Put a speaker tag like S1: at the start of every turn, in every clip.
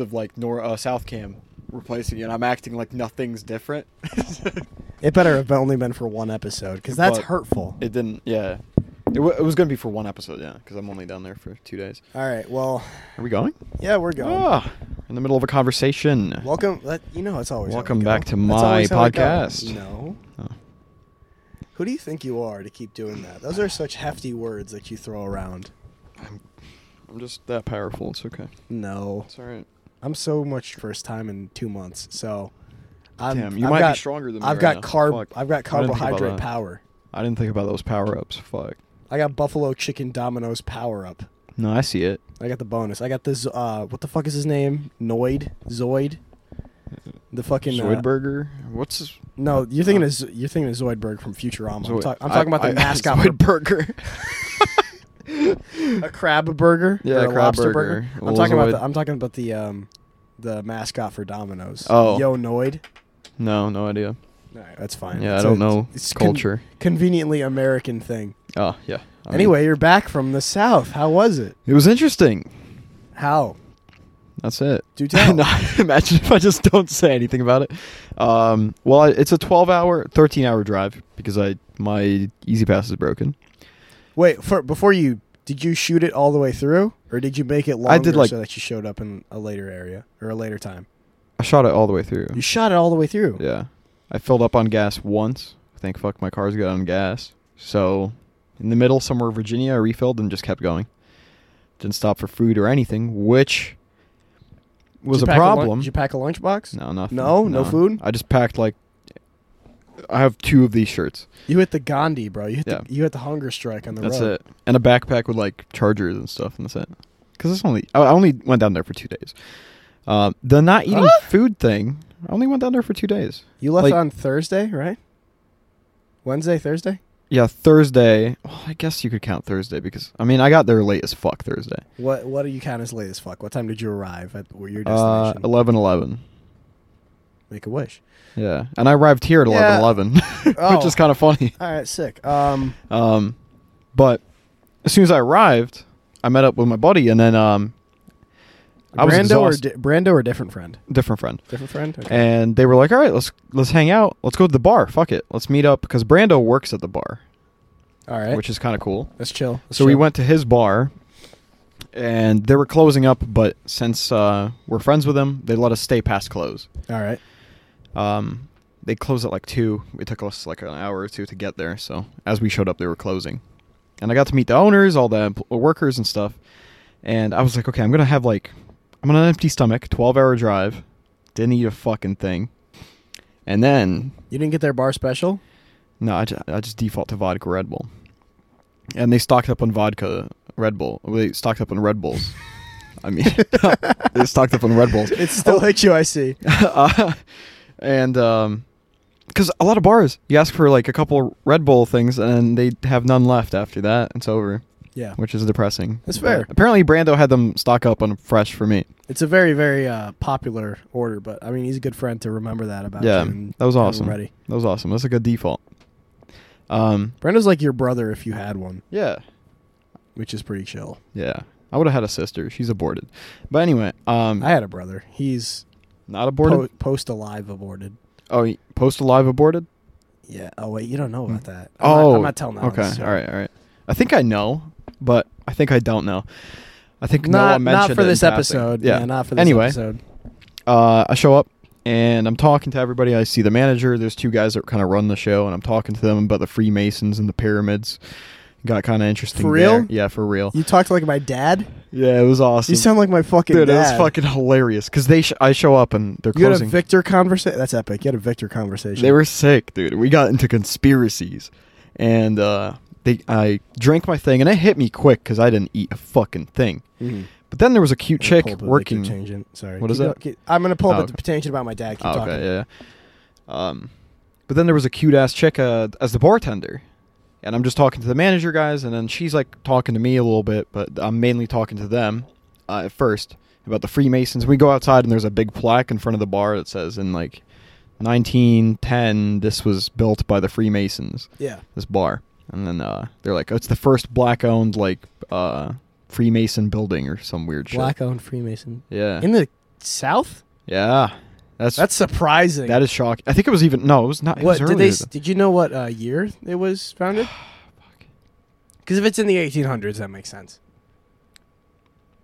S1: of like Nor uh, South Cam replacing you, and I'm acting like nothing's different.
S2: It better have only been for one episode because that's
S1: But-
S2: hurtful.
S1: it didn't. Yeah, it, w- it was gonna be for one episode. Yeah, because I'm only down there for two days.
S2: All right. Well,
S1: Are we going?
S2: yeah, we're going.
S1: Ah, in the middle of a conversation.
S2: Welcome. Let, you know, it's always how we
S1: Welcome
S2: go.
S1: back to
S2: That's always
S1: my
S2: how we go.
S1: podcast.
S2: No.
S1: Oh.
S2: Who do you think you are to keep doing that? Those are such hefty words that you throw around.
S1: I'm, I'm just that powerful. It's okay.
S2: Mm. No.
S1: It's all right.
S2: I'm so much first time in two months. So, I'm,
S1: Damn, you
S2: I've
S1: might be
S2: got-
S1: stronger than me
S2: I've
S1: right
S2: got
S1: now.
S2: carb.
S1: Fuck.
S2: I've
S1: I
S2: got
S1: didn't think about
S2: carbohydrate
S1: that.
S2: power.
S1: I didn't think about those power ups. Fuck.
S2: I got buffalo chicken Domino's power up.
S1: No, I see it.
S2: I got the bonus. I got this. Uh, what the fuck is his name? Noid. Zoid. The fucking uh,
S1: Zoidberger. What's his? Uh,
S2: No, you're thinking of Z- you're thinking of Zoidberg from Futurama. I'm,
S1: Zoid-
S2: talk- I'm talking about the
S1: I- I-
S2: mascot,
S1: Zoidberger.
S2: a crab burger,
S1: Yeah,
S2: or a
S1: crab
S2: lobster burger.
S1: burger.
S2: I'm
S1: Little
S2: talking about
S1: Zoid.
S2: the I'm talking about the um, the mascot for Domino's.
S1: Oh.
S2: Yo Noid.
S1: no, no idea.
S2: All right, that's fine.
S1: Yeah, I
S2: It's
S1: don't know
S2: con-
S1: culture.
S2: conveniently American thing.
S1: Oh yeah. I mean,
S2: anyway, you're back from the South. How was it?
S1: it was interesting.
S2: How?
S1: That's it.
S2: Do tell.
S1: No, imagine if I just don't say anything about it. Um, well, I- it's a 12 hour, 13 hour drive because I my Easy Pass is broken.
S2: Wait, for, before you did you shoot it all the way through, or did you make it longer
S1: did, like-
S2: so that you showed up in a later area or a later time?
S1: I shot it all the way through.
S2: You shot it all the way through.
S1: Yeah. I filled up on gas once. Thank fuck my car's good on gas. So in the middle, somewhere in Virginia, I refilled and just kept going. Didn't stop for food or anything, which was
S2: Did
S1: a
S2: you pack lun-
S1: problem.
S2: did you pack a lunchbox?
S1: no, nothing.
S2: No? No food?
S1: I just packed like I have two of these shirts.
S2: You hit the Gandhi, bro. You hit
S1: Yeah.
S2: the, you hit the hunger strike on the
S1: That's
S2: road.
S1: it. And a backpack with like chargers and stuff, and that's it. Because it's only I I only went down there for two days. Uh, the not eating
S2: Huh?
S1: food thing, I only went down there for two days.
S2: You left
S1: Like-
S2: on Thursday, right? Wednesday, Thursday,
S1: Yeah, Thursday. Well, I guess you could count Thursday because I mean I got there late as fuck Thursday.
S2: what what do you count as late as fuck? What time did you arrive at where your
S1: Uh,
S2: destination?
S1: eleven eleven.
S2: Make a wish.
S1: Yeah, and I arrived here at
S2: Yeah.
S1: eleven eleven,
S2: Oh.
S1: which is kind of funny.
S2: All right, sick. Um,
S1: Um, but as soon as I arrived, I met up with my buddy, and then um, I was
S2: Brando or
S1: exhaust-
S2: di- Brando or different friend?
S1: different friend,
S2: Different friend. Okay.
S1: and they were like, "All right, let's let's hang out. Let's go to the bar. Fuck it, let's meet up." Because Brando works at the bar,
S2: All right,
S1: which is kind of cool.
S2: let's chill. Let's
S1: So we
S2: chill.
S1: went to his bar, and they were closing up. But since uh, we're friends with them, they let us stay past close.
S2: All right.
S1: Um, they closed at like two. It took us like an hour or two to get there. So as we showed up, they were closing, and I got to meet the owners, all the empl- uh, workers and stuff. And I was like, okay, I'm gonna have like, I'm on an empty stomach, 12 hour drive, didn't eat a fucking thing, and then
S2: You didn't get their bar special.
S1: no, I just, I just default to vodka Red Bull. And they stocked up on vodka Red Bull. They stocked up on Red Bulls. I mean, they stocked up on Red Bulls. Oh.
S2: It's still at you, I see.
S1: Uh, and because a lot of bars, you ask for like a couple Red Bull things, and they have none left after that. It's over,
S2: Yeah,
S1: which is depressing.
S2: That's fair.
S1: But apparently, Brando had them stock up on fresh for me.
S2: it's a very very uh, popular order, but I mean he's a good friend to remember that about.
S1: Yeah,
S2: you and
S1: that was
S2: have him
S1: awesome.
S2: Ready.
S1: That was awesome. That's a good default. Um,
S2: Brenda's like your brother if you had one,
S1: yeah.
S2: which is pretty chill.
S1: Yeah. I would have had a sister. She's aborted. But anyway, um,
S2: I had a brother. He's
S1: not aborted.
S2: po- post alive aborted.
S1: Oh, y- post alive aborted.
S2: Yeah. Oh wait, you don't know about that. I'm
S1: oh,
S2: not, I'm not telling that.
S1: Okay, all right, all right. I think I know, but I think I don't know. I think Noah
S2: Not
S1: mentioned
S2: not for
S1: it in
S2: this
S1: passing.
S2: episode.
S1: Yeah.
S2: Yeah. Not for this
S1: anyway,
S2: episode.
S1: uh, I show up and I'm talking to everybody. I see the manager. There's two guys that kind of run the show, and I'm talking to them about the Freemasons and the pyramids. Got kind of interesting.
S2: For real?
S1: there. Yeah, for real.
S2: You talked like my dad.
S1: Yeah, it was awesome.
S2: You sound like my fucking
S1: Dude, it was
S2: dad.
S1: fucking hilarious because they sh- I show up and they're
S2: You had a
S1: closing.
S2: Victor conversation. That's epic. You had a Victor conversation.
S1: They were sick, dude. We got into conspiracies, and uh, they I drank my thing, and it hit me quick because I didn't eat a fucking thing.
S2: Mhm.
S1: But then there was a cute
S2: I'm gonna pull
S1: chick
S2: up a Victor
S1: working.
S2: Tangent. Sorry.
S1: What is
S2: Keep
S1: that?
S2: go- keep- I'm gonna pull up
S1: Oh,
S2: a
S1: okay.
S2: tangent about my dad. Keep
S1: Oh,
S2: talking.
S1: okay, yeah. Um, but then there was a cute ass chick uh, as the bartender, and I'm just talking to the manager guys, and then she's like talking to me a little bit, but I'm mainly talking to them uh, at first about the Freemasons. We go outside, and there's a big plaque in front of the bar that says, "In like 1910, this was built by the Freemasons."
S2: Yeah.
S1: this bar, and then uh, they're like, "Oh, it's the first black-owned like uh, Freemason building or some weird
S2: Black owned Freemason.
S1: shit." Yeah,
S2: In the south.
S1: Yeah, that's
S2: That's surprising.
S1: that is shocking. I think it was even no, it was not. It
S2: what
S1: was
S2: did they?
S1: earlier
S2: s-
S1: than-
S2: Did you know what uh, year it was founded? Because if it's in the 1800s, that makes sense.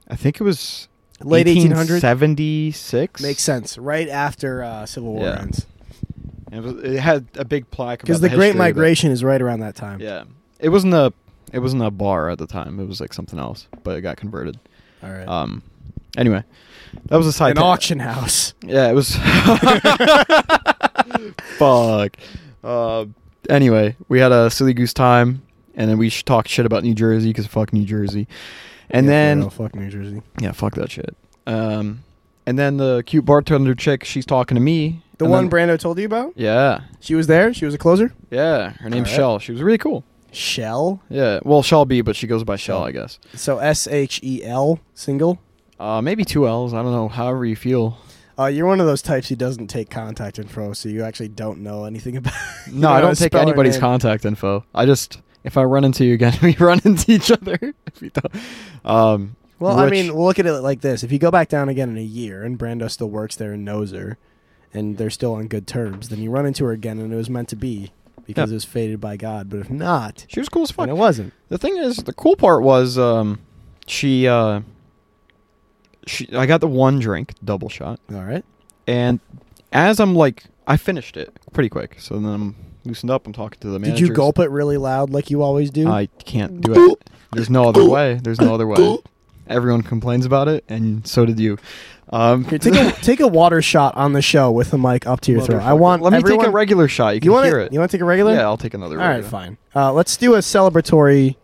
S1: I think it was
S2: Late 1800s
S1: seventy six.
S2: makes sense. Right after uh, Civil War
S1: Yeah.
S2: ends,
S1: It, was, it had a big plaque
S2: because
S1: because
S2: the Great Migration is right around that time.
S1: yeah, it wasn't a it wasn't a bar at the time. It was like something else, but it got converted.
S2: All right.
S1: Um, anyway, that was a side
S2: An
S1: ta-
S2: auction house.
S1: Yeah, it was. Fuck. Uh, anyway, we had a silly goose time, and then we sh- talked shit about New Jersey because fuck New Jersey, and
S2: Yeah, for
S1: then
S2: real, fuck New Jersey.
S1: yeah, fuck that shit. Um, and then the cute bartender chick, she's talking to me.
S2: The
S1: and
S2: one
S1: then-
S2: Brando told you about.
S1: Yeah,
S2: She was there. She was a closer.
S1: yeah. Her name's
S2: Alright.
S1: Shell. She was really cool.
S2: Shell.
S1: Yeah, well, Shelby, but she goes by Shell,
S2: Shell.
S1: I guess.
S2: So S H E L single.
S1: Uh, maybe two L's. I don't know. However you feel.
S2: Uh, you're one of those types who doesn't take contact info, so you actually don't know anything about. you
S1: No,
S2: know how
S1: I
S2: to
S1: don't take
S2: spell her
S1: anybody's
S2: name.
S1: contact info. I just if I run into you again, we run into each other. If we don't- um,
S2: Well, I
S1: which-
S2: mean, look at it like this: if you go back down again in a year, and Brando still works there and knows her, and they're still on good terms, then you run into her again, and it was meant to be because
S1: Yeah.
S2: it was fated by God. But if not,
S1: she was cool as fuck.
S2: then it wasn't.
S1: The thing is, the cool part was um, she uh, she I got the one drink double shot,
S2: All right.
S1: and as I'm like I finished it pretty quick, so then I'm loosened up. I'm talking to the manager.
S2: Did you gulp it really loud like you always do?
S1: I can't do it. There's no other way. There's no other way. Everyone complains about it, and so did you. Um,
S2: Here, take a take a water shot on the show with the mic up to your throat. I want.
S1: Let me
S2: everyone,
S1: take a regular shot. You can
S2: You want
S1: hear it.
S2: You want to take a regular?
S1: Yeah, I'll take another.
S2: All
S1: regular.
S2: right, fine. Uh, let's do a celebratory.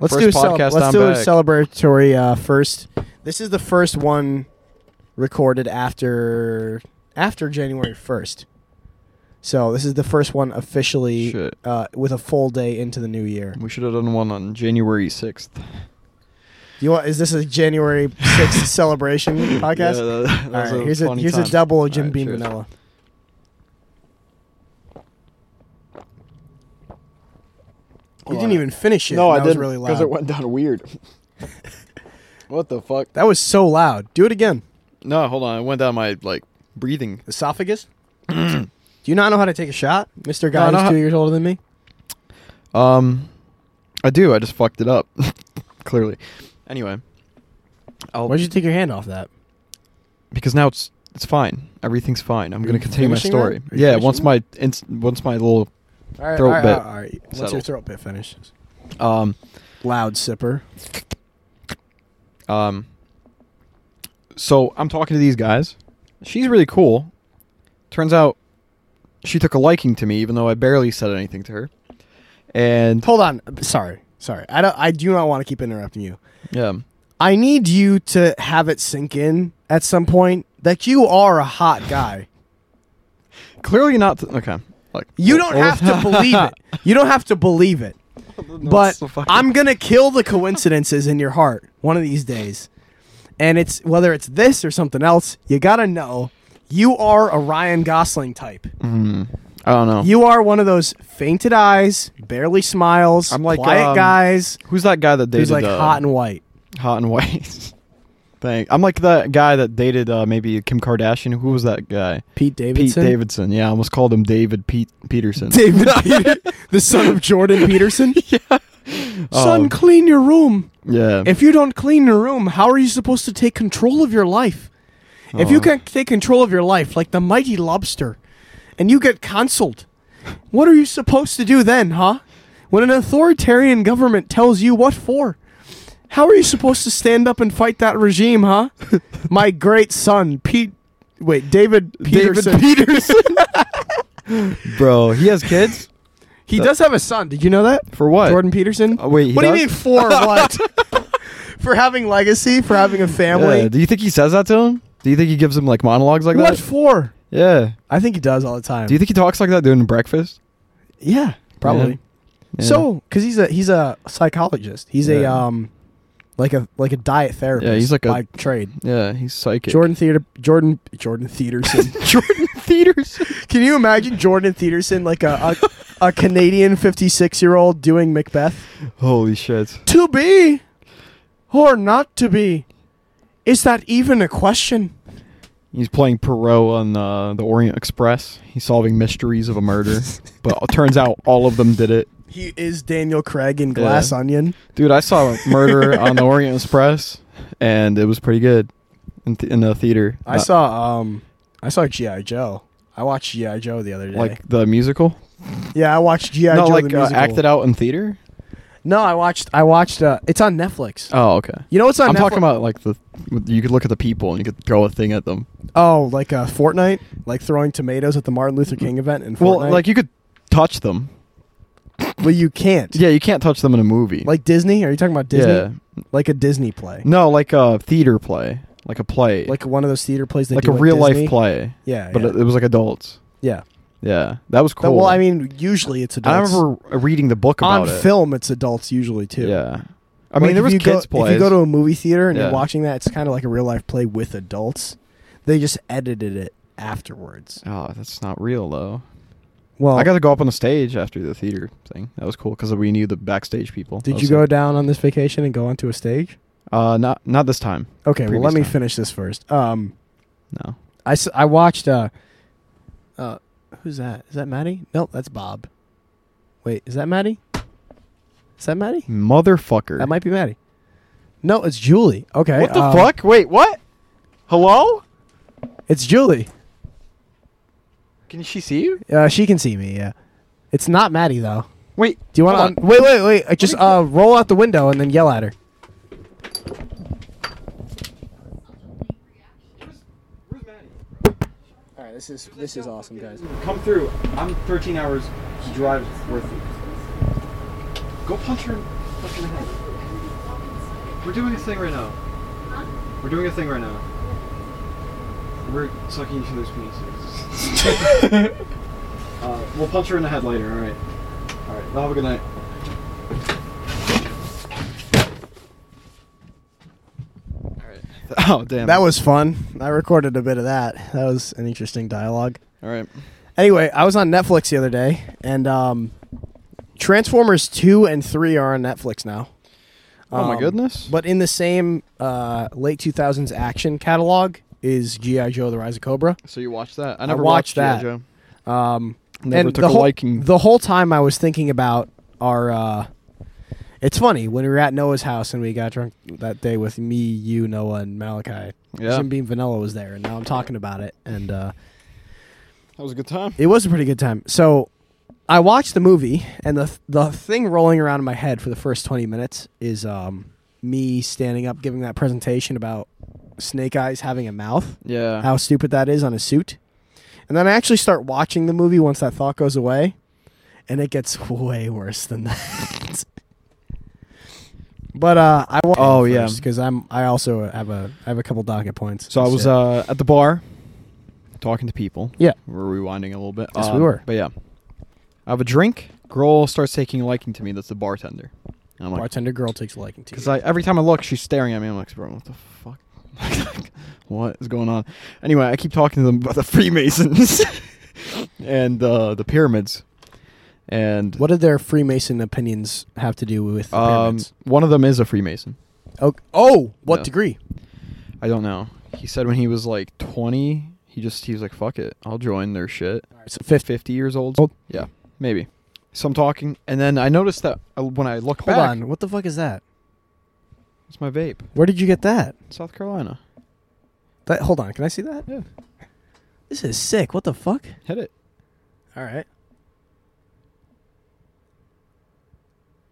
S2: Let's
S1: First
S2: do a, cele-
S1: podcast
S2: let's
S1: I'm
S2: do a
S1: back.
S2: celebratory uh, first. This is the first one recorded after after January first. So this is the first one officially
S1: Shit.
S2: uh, with a full day into the new year. Do
S1: We should have done one on January sixth.
S2: you want? Is this a January sixth celebration podcast?
S1: that,
S2: All right, here's a, here's a double Jim Beam vanilla. You
S1: Well,
S2: didn't
S1: I-
S2: even finish it.
S1: No,
S2: and
S1: I
S2: that
S1: didn't
S2: Was really loud.
S1: it went down weird. what the fuck?
S2: that was so loud. Do it again.
S1: No, hold on. I went down my like breathing.
S2: Esophagus. Do you not know how to take a shot, Mister Guy?
S1: I know
S2: who's
S1: how-
S2: two years older than me.
S1: Um, I do. I just fucked it up. Clearly. Anyway, I'll
S2: Why'd you take your hand off that?
S1: because now it's it's fine. Everything's fine. I'm
S2: Are
S1: gonna
S2: you
S1: continue my
S2: finishing that?
S1: story.
S2: Are you
S1: Yeah.
S2: finishing
S1: Once
S2: that?
S1: my ins- once my little
S2: All right,
S1: Throat
S2: all right,
S1: bit.
S2: all right, all right. Once your
S1: Settled.
S2: throat bit finishes,
S1: um
S2: loud sipper.
S1: Um, so I'm talking to these guys. She's really cool. Turns out she took a liking to me, even though I barely said anything to her. And
S2: Hold on. Sorry, sorry. I don't. I do not want to keep interrupting you.
S1: yeah,
S2: I need you to have it sink in at some point that you are a hot guy.
S1: clearly not. okay, like oh,
S2: You don't have to believe it. You don't have to believe it. But I'm gonna kill the coincidences in your heart one of these days. And it's whether it's this or something else, you gotta know you are a Ryan Gosling type.
S1: Mm, I don't know.
S2: You are one of those fainted eyes, barely smiles,
S1: I'm like,
S2: quiet
S1: um,
S2: guys
S1: Who's that guy that dated
S2: who's like
S1: uh,
S2: hot and white.
S1: hot and white? Thank. I'm like that guy that dated uh, maybe Kim Kardashian. Who was that guy?
S2: Pete Davidson.
S1: Pete Davidson. Yeah, I almost called him David Pete Peterson.
S2: David Peter, the son of Jordan Peterson.
S1: Um,
S2: Son, clean your room.
S1: yeah.
S2: If you don't clean your room, how are you supposed to take control of your life? If you
S1: Oh.
S2: can't take control of your life, like the mighty lobster, and you get counseled, what are you supposed to do then, huh? When an authoritarian government tells you what for? How are you supposed to stand up and fight that regime, huh? My great son, Pete. Wait, David Peterson.
S1: David Peterson. Bro, he has kids?
S2: he does have a son. Did you know that?
S1: For what?
S2: Jordan Peterson.
S1: Oh, wait, he
S2: what do
S1: does?
S2: you mean for what? for having legacy, for having a family.
S1: Yeah, do you think he says that to him? Do you think he gives him like monologues like
S2: what
S1: that?
S2: for?
S1: Yeah.
S2: I think he does all the time.
S1: Do you think he talks like that during breakfast?
S2: yeah, probably.
S1: Yeah.
S2: So, because he's a he's a psychologist. He's a
S1: Yeah.
S2: um, like a like a diet therapist.
S1: Yeah, he's like a-
S2: by trade.
S1: yeah, he's psychic.
S2: Jordan Theater Jordan Jordan Theaterson.
S1: Jordan Peterson.
S2: Can you imagine Jordan Theaterson like a a, a Canadian fifty six year old doing Macbeth?
S1: Holy shit.
S2: To be or not to be? Is that even a question?
S1: He's playing Perot on uh, the Orient Express. He's solving mysteries of a murder, but it turns out all of them did it.
S2: He is Daniel Craig in Glass
S1: Yeah.
S2: Onion.
S1: Dude, I saw a murder on the Orient Express, and it was pretty good in, th- in the theater.
S2: I
S1: Uh,
S2: saw um I saw GI Joe. I watched GI Joe the other day.
S1: Uh, like the musical.
S2: yeah, I watched GI
S1: no,
S2: Joe
S1: like
S2: the
S1: uh,
S2: musical.
S1: acted out in theater.
S2: No, I watched I watched uh it's on Netflix.
S1: Oh, okay.
S2: you know what's on
S1: I'm
S2: Netflix?
S1: talking about like the you could look at the people and you could throw a thing at them.
S2: Oh, like uh Fortnite, like throwing tomatoes at the Martin Luther King event in Fortnite.
S1: Well, like you could touch them.
S2: but you can't.
S1: Yeah, you can't touch them in a movie.
S2: Like Disney? Are you talking about Disney?
S1: yeah,
S2: Like a Disney play.
S1: no, like a theater play, like a play,
S2: Like one of those theater plays they
S1: like
S2: do
S1: a
S2: at
S1: real
S2: Disney?
S1: life play,
S2: Yeah.
S1: but
S2: yeah.
S1: it, it was like adults.
S2: yeah.
S1: Yeah, that was
S2: But-
S1: cool.
S2: Well, I mean, usually it's
S1: I
S2: adults.
S1: remember reading the book about
S2: on
S1: it.
S2: film it's adults usually too.
S1: Yeah, I mean there was
S2: you
S1: kids
S2: go,
S1: plays.
S2: If you go to a movie theater and
S1: Yeah.
S2: you're watching that, it's kind of like a real life play with adults. They just edited it afterwards.
S1: oh, that's not real though.
S2: Well,
S1: I got to go up on the stage after the theater thing. That was cool because we knew the backstage people. That
S2: did you
S1: was
S2: go
S1: sick.
S2: down on this vacation and go onto a stage?
S1: Uh, not not this time.
S2: Okay, well
S1: Previous
S2: let me
S1: time.
S2: finish this first. Um,
S1: No.
S2: I, s- I watched uh, uh, who's that? Is that Maddie? No, that's Bob. Wait, is that Maddie? Is that Maddie?
S1: Motherfucker.
S2: That might be Maddie. No, it's Julie. Okay,
S1: what the
S2: um,
S1: fuck? Wait, what? Hello?
S2: It's Julie.
S1: Can she see you?
S2: Uh, she can see me. Yeah, it's not Maddie though.
S1: Wait.
S2: Do you
S1: hold
S2: want to? Wait, wait, wait! I Just uh, roll out the window and then yell at her. All right, this is this is awesome, guys.
S1: Come through. I'm 13 hours drive worth it. Go punch her in fucking head. We're doing a thing right now. We're doing a thing right now. We're sucking each other's penises. uh, we'll punch her in the head later, alright. Alright, well, have a good night. Oh damn!
S2: That was fun. I recorded a bit of that. That was an interesting dialogue.
S1: all right.
S2: Anyway, I was on Netflix the other day, and um, Transformers two and three are on Netflix now.
S1: Oh my
S2: Um,
S1: goodness!
S2: But in the same uh, late two thousands action catalog is GI Joe: The Rise of Cobra.
S1: So you watched that? I never
S2: watched
S1: watched, G.I.
S2: that.
S1: Joe.
S2: Um,
S1: Never
S2: and
S1: took
S2: the
S1: a
S2: whole,
S1: liking.
S2: The whole time I was thinking about our. Uh, it's funny when we were at Noah's house and we got drunk that day with me, you, Noah, and Malachi.
S1: Yeah.
S2: Jim Beam Vanilla was there, and now I'm talking about it, and uh,
S1: That was a good time.
S2: it was a pretty good time. So I watched the movie, and the the thing rolling around in my head for the first 20 minutes is um, me standing up, giving that presentation about Snake Eyes having a mouth
S1: Yeah.
S2: how stupid that is on a suit. And then I actually start watching the movie once that thought goes away, and it gets way worse than that. but uh, I want
S1: Oh, yeah.
S2: because I'm I also have a I have a couple docket points.
S1: so I
S2: and
S1: was
S2: shit.
S1: uh, at the bar talking to people.
S2: yeah
S1: We're rewinding a little bit.
S2: Yes, we
S1: Um,
S2: were.
S1: But yeah. I have a drink. Girl starts taking a liking to me. That's the bartender. And I'm like,
S2: bartender girl takes a liking to
S1: because
S2: you.
S1: I every time I look, she's staring at me. I'm like, bro, what the fuck? what is going on? Anyway, I keep talking to them about the Freemasons and uh, the pyramids. And
S2: what did their Freemason opinions have to do with the
S1: um,
S2: pyramids?
S1: one of them is a Freemason.
S2: Oh, oh, what
S1: Yeah.
S2: degree?
S1: I don't know. He said when he was like 20, he just he was like, "Fuck it, I'll join their shit."
S2: All right, so fifth.
S1: 50 years old.
S2: Old.
S1: Yeah, maybe. So I'm talking, and then I noticed that uh, when I look
S2: Hold
S1: back,
S2: on, what the fuck is that?
S1: it's my vape,
S2: Where did you get that?
S1: South Carolina.
S2: That hold on, can I see that?
S1: Yeah,
S2: This is sick. What the fuck?
S1: hit it.
S2: All right,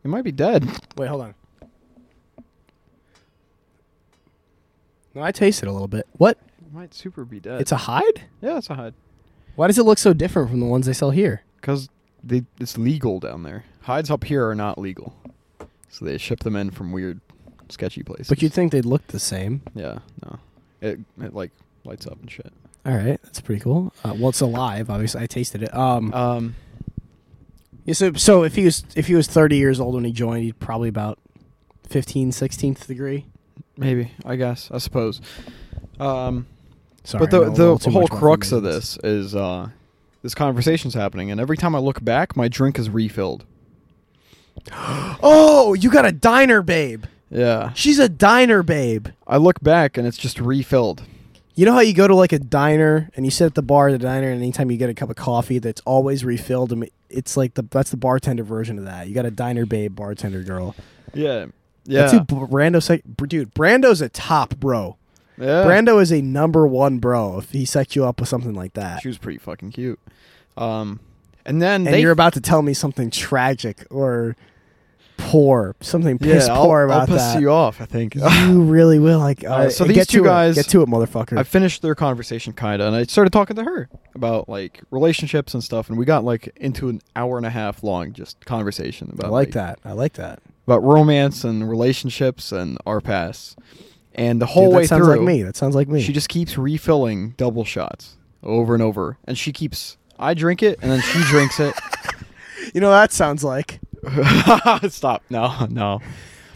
S1: It might be dead.
S2: Wait, hold on. No, I tasted a little bit. What?
S1: It might super be dead.
S2: It's a hide?
S1: yeah, it's a hide
S2: Why does it look so different from the ones they sell here?
S1: because they it's legal down there. Hides up here are not legal, so they ship them in from weird, sketchy places.
S2: But you'd think they'd look the same.
S1: yeah, no, it it like lights up and shit.
S2: All right, that's pretty cool. Uh, well, it's alive. Obviously, I tasted it. Um,
S1: Um,
S2: yeah, so, so if he was if he was thirty years old when he joined, he'd probably about 15, 16th degree.
S1: maybe I guess I suppose. Um.
S2: Sorry, I know a
S1: but the
S2: little
S1: the
S2: too
S1: whole
S2: much about
S1: crux of
S2: Freemasons.
S1: this is uh, this conversation's happening, and every time I look back, my drink is refilled.
S2: Oh, you got a diner babe.
S1: Yeah,
S2: She's a diner babe.
S1: I look back and it's just refilled.
S2: You know how you go to like a diner and you sit at the bar at the diner, and anytime you get a cup of coffee, that's always refilled. And it's like the that's the bartender version of that. You got a diner babe, bartender girl.
S1: Yeah. Yeah.
S2: That's who Brando. sec- Dude, Brando's a top bro.
S1: yeah.
S2: Brando is a number one bro. If he set you up with something like that,
S1: She was pretty fucking cute. Um, and then
S2: and
S1: they
S2: you're about to tell me something tragic or poor, something
S1: yeah,
S2: piss
S1: I'll,
S2: poor
S1: I'll
S2: about
S1: piss
S2: that.
S1: you off. I think
S2: You really will. Like,
S1: Uh, so
S2: so
S1: these
S2: these get
S1: two
S2: to
S1: guys-
S2: it. get to it, motherfucker.
S1: I finished their conversation kind of, and I started talking to her about like relationships and stuff, and we got like into an hour and a half long just conversation
S2: I
S1: about
S2: like that. I like that.
S1: about romance and relationships and our past. And the whole
S2: Dude,
S1: way
S2: that sounds
S1: through,
S2: like me. That sounds like me.
S1: she just keeps refilling double shots over and over, and she keeps. I drink it, and then she drinks it.
S2: you know, what that sounds like
S1: Stop! No, no.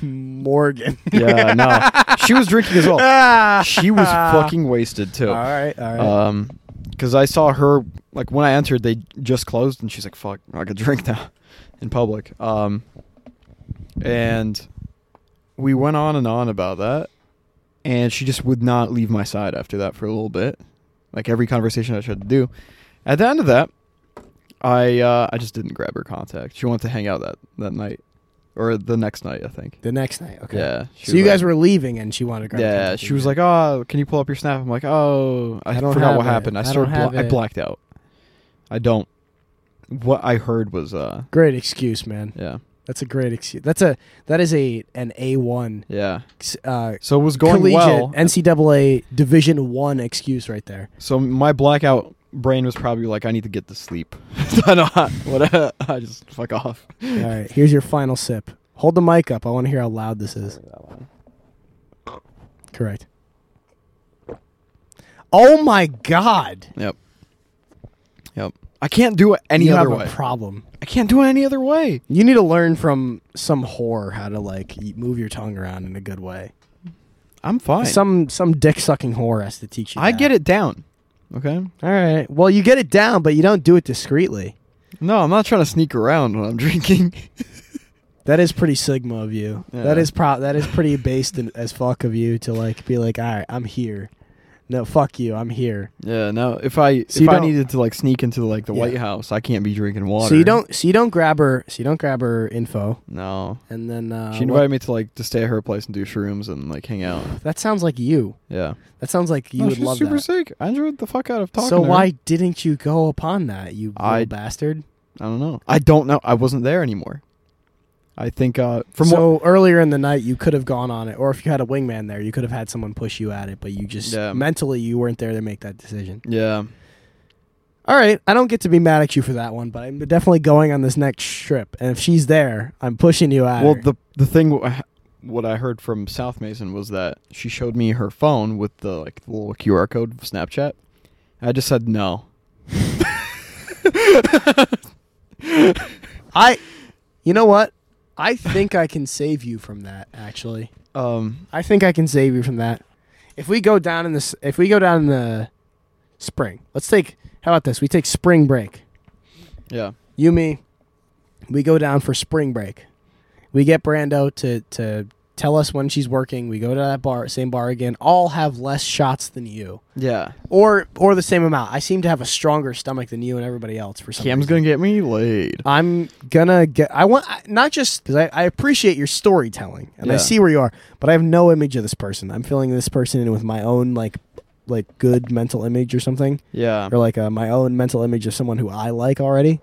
S2: Morgan.
S1: Yeah, no. She was drinking as well.
S2: Ah!
S1: She was fucking wasted too.
S2: All right, all right.
S1: Um, because I saw her like when I entered, they just closed, and she's like, "Fuck, I could drink now," in public. Um, and we went on and on about that, and she just would not leave my side after that for a little bit. Like every conversation I tried to do, at the end of that, I uh, I just didn't grab her contact. She wanted to hang out that that night, or the next night, I think.
S2: the next night. Okay.
S1: Yeah. she
S2: So you
S1: was
S2: guys
S1: like-
S2: were leaving, and she wanted to grab.
S1: Yeah.
S2: contact
S1: She
S2: with
S1: was
S2: you.
S1: like, "Oh, can you pull up your snap?" I'm like, "Oh, I,
S2: I don't
S1: forgot
S2: have
S1: what
S2: it.
S1: happened. I
S2: I don't
S1: started.
S2: have
S1: bla- I
S2: it."
S1: blacked out. I don't. What I heard was, uh,
S2: "Great excuse, man.
S1: yeah,
S2: That's a great excuse. That's a that is a an A one
S1: yeah.
S2: uh,
S1: So it was going
S2: collegiate
S1: well.
S2: NCAA Division One excuse right there.
S1: so my blackout brain was probably like, "I need to get to sleep." I know. What? I just fuck off.
S2: All right, here's your final sip. Hold the mic up. I want to hear how loud this is. Correct. Oh my God!
S1: Yep. Yep. I can't do it any
S2: you
S1: other
S2: have
S1: way.
S2: a problem.
S1: I can't do it any other way.
S2: You need to learn from some whore how to like y- move your tongue around in a good way.
S1: I'm fine.
S2: Some some dick sucking whore has to teach you.
S1: I
S2: that.
S1: get it down. Okay.
S2: All right. Well, you get it down, but you don't do it discreetly.
S1: No, I'm not trying to sneak around when I'm drinking.
S2: That is pretty sigma of you. That
S1: Yeah.
S2: is pro. That is pretty based in, as fuck of you to like be like, all right, I'm here. No, fuck you, I'm here.
S1: Yeah, no. If I
S2: So
S1: if
S2: you
S1: I
S2: don't-
S1: needed to like sneak into like the
S2: Yeah.
S1: White House, I can't be drinking water.
S2: So you don't. So you don't grab her. So you don't grab her info,
S1: No.
S2: and then uh,
S1: she invited me to like to stay at her place and do shrooms and like hang out.
S2: what- That sounds like you.
S1: Yeah.
S2: That sounds like you
S1: No,
S2: would
S1: Oh, she's
S2: love
S1: super
S2: that.
S1: sick. I enjoyed the fuck out of talking.
S2: So
S1: to her.
S2: why didn't you go upon that, you
S1: I-
S2: little bastard?
S1: I don't know. I don't know. I wasn't there anymore. I think uh from what
S2: so earlier in the night, you could have gone on it, or if you had a wingman there, you could have had someone push you at it. But you just
S1: Yeah.
S2: mentally, you weren't there to make that decision.
S1: yeah.
S2: All right, I don't get to be mad at you for that one, but I'm definitely going on this next trip, and if she's there, I'm pushing you at
S1: Well,
S2: her.
S1: the the thing wh- what I heard from South Mason was that she showed me her phone with the like the little QR code of Snapchat. I just said no.
S2: I, you know what? I think I can save you from that. Actually,
S1: Um
S2: I think I can save you from that. If we go down in this, if we go down in the spring, let's take. How about this? We take spring break.
S1: yeah.
S2: You me, we go down for spring break. We get Brando to to tell us when she's working. We go to that bar, same bar again. All have less shots than you.
S1: Yeah.
S2: or or the same amount. I seem to have a stronger stomach than you and everybody else for some
S1: Cam's
S2: reason.
S1: going to get me laid.
S2: I'm gonna get. I want I- not just because I, I appreciate your storytelling and I
S1: Yeah.
S2: see where you are, but I have no image of this person. I'm filling this person in with my own like like good mental image or something,
S1: Yeah.
S2: or like uh, my own mental image of someone who I like already.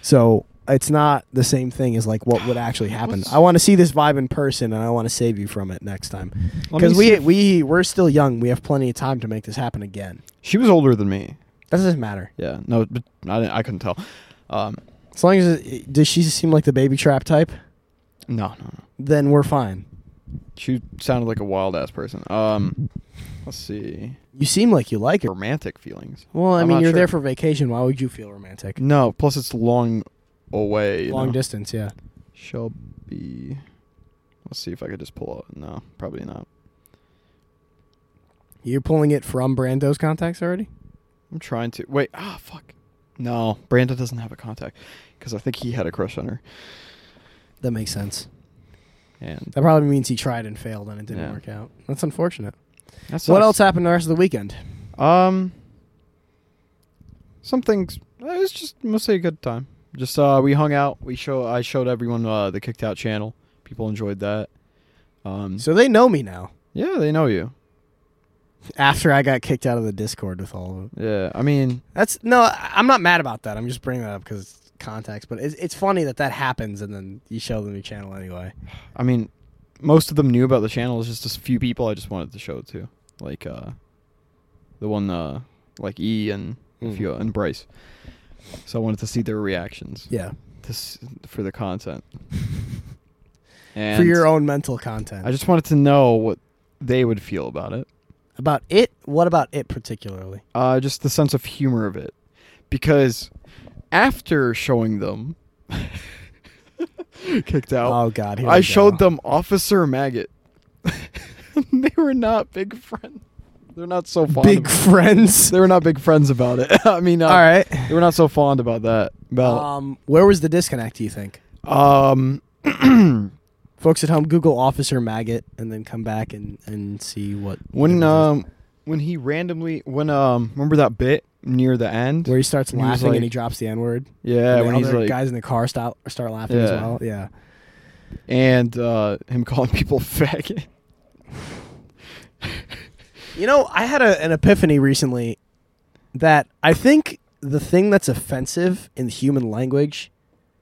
S2: So it's not the same thing as like what would actually happen.
S1: What's-
S2: I want to see this vibe in person, and I want to save you from it next time
S1: Let me
S2: because
S1: see
S2: we
S1: if-
S2: we we're still young. We have plenty of time to make this happen again.
S1: She was older than me.
S2: That doesn't matter.
S1: Yeah. No, but I, didn't- I couldn't tell. Um,
S2: As long as it, does she seem like the baby trap type,
S1: no, no, no.
S2: then we're fine.
S1: She sounded like a wild ass person. Um, let's see.
S2: You seem like you like her.
S1: Romantic feelings.
S2: Well, I
S1: I'm
S2: mean,
S1: not
S2: you're there
S1: sure.
S2: for vacation. Why would you feel romantic?
S1: No. Plus, it's long away. you
S2: Long
S1: know.
S2: distance, yeah.
S1: Shall be. Let's see if I could just pull out. No, probably not.
S2: You're pulling it from Brando's contacts already.
S1: I'm trying to. Wait. Ah, fuck. No, Brandon doesn't have a contact because I think he had a crush on her.
S2: That makes sense.
S1: And
S2: That probably means he tried and failed and it didn't
S1: Yeah.
S2: work out. That's unfortunate.
S1: That
S2: What
S1: sucks.
S2: else happened the rest of the weekend?
S1: Um, some things. It was just mostly a good time. Just uh, we hung out. We show. I showed everyone uh, the kicked out channel. People enjoyed that. Um,
S2: So they know me now.
S1: yeah, they know you.
S2: After I got kicked out of the Discord with all of it.
S1: Yeah, I mean,
S2: That's no, I- I'm not mad about that. I'm just bringing that up because it's context. But it's, it's funny that that happens and then you show them your channel anyway.
S1: I mean, most of them knew about the channel. It's just a few people I just wanted to show it to, like uh, the one uh, like E and
S2: Mm.
S1: a few and Bryce. So I wanted to see their reactions
S2: Yeah,
S1: to s- for the content. And
S2: for your own mental content.
S1: I just wanted to know what they would feel about it.
S2: about it. What about it particularly?
S1: Uh, just the sense of humor of it. Because after showing them kicked out,
S2: Oh God, here
S1: I
S2: we go.
S1: showed them Officer Maggot. they were not big friends. They're not so fond.
S2: big
S1: Of,
S2: friends.
S1: they were not big friends about it. I mean, uh,
S2: All right.
S1: They were not so fond about that. About
S2: Um, where was the disconnect? Do you think, Oh.
S1: um,
S2: folks at home, Google Officer Maggot and then come back and and see what
S1: when um when he randomly when um remember that bit near the end
S2: where he starts
S1: when he was
S2: laughing and
S1: like-
S2: he drops the N word.
S1: yeah
S2: and
S1: when
S2: the
S1: he's
S2: other
S1: like
S2: guys in the car start start laughing as
S1: Yeah.
S2: well. Yeah.
S1: and uh, him calling people faggot.
S2: You know, I had a, an epiphany recently that I think the thing that's offensive in human language,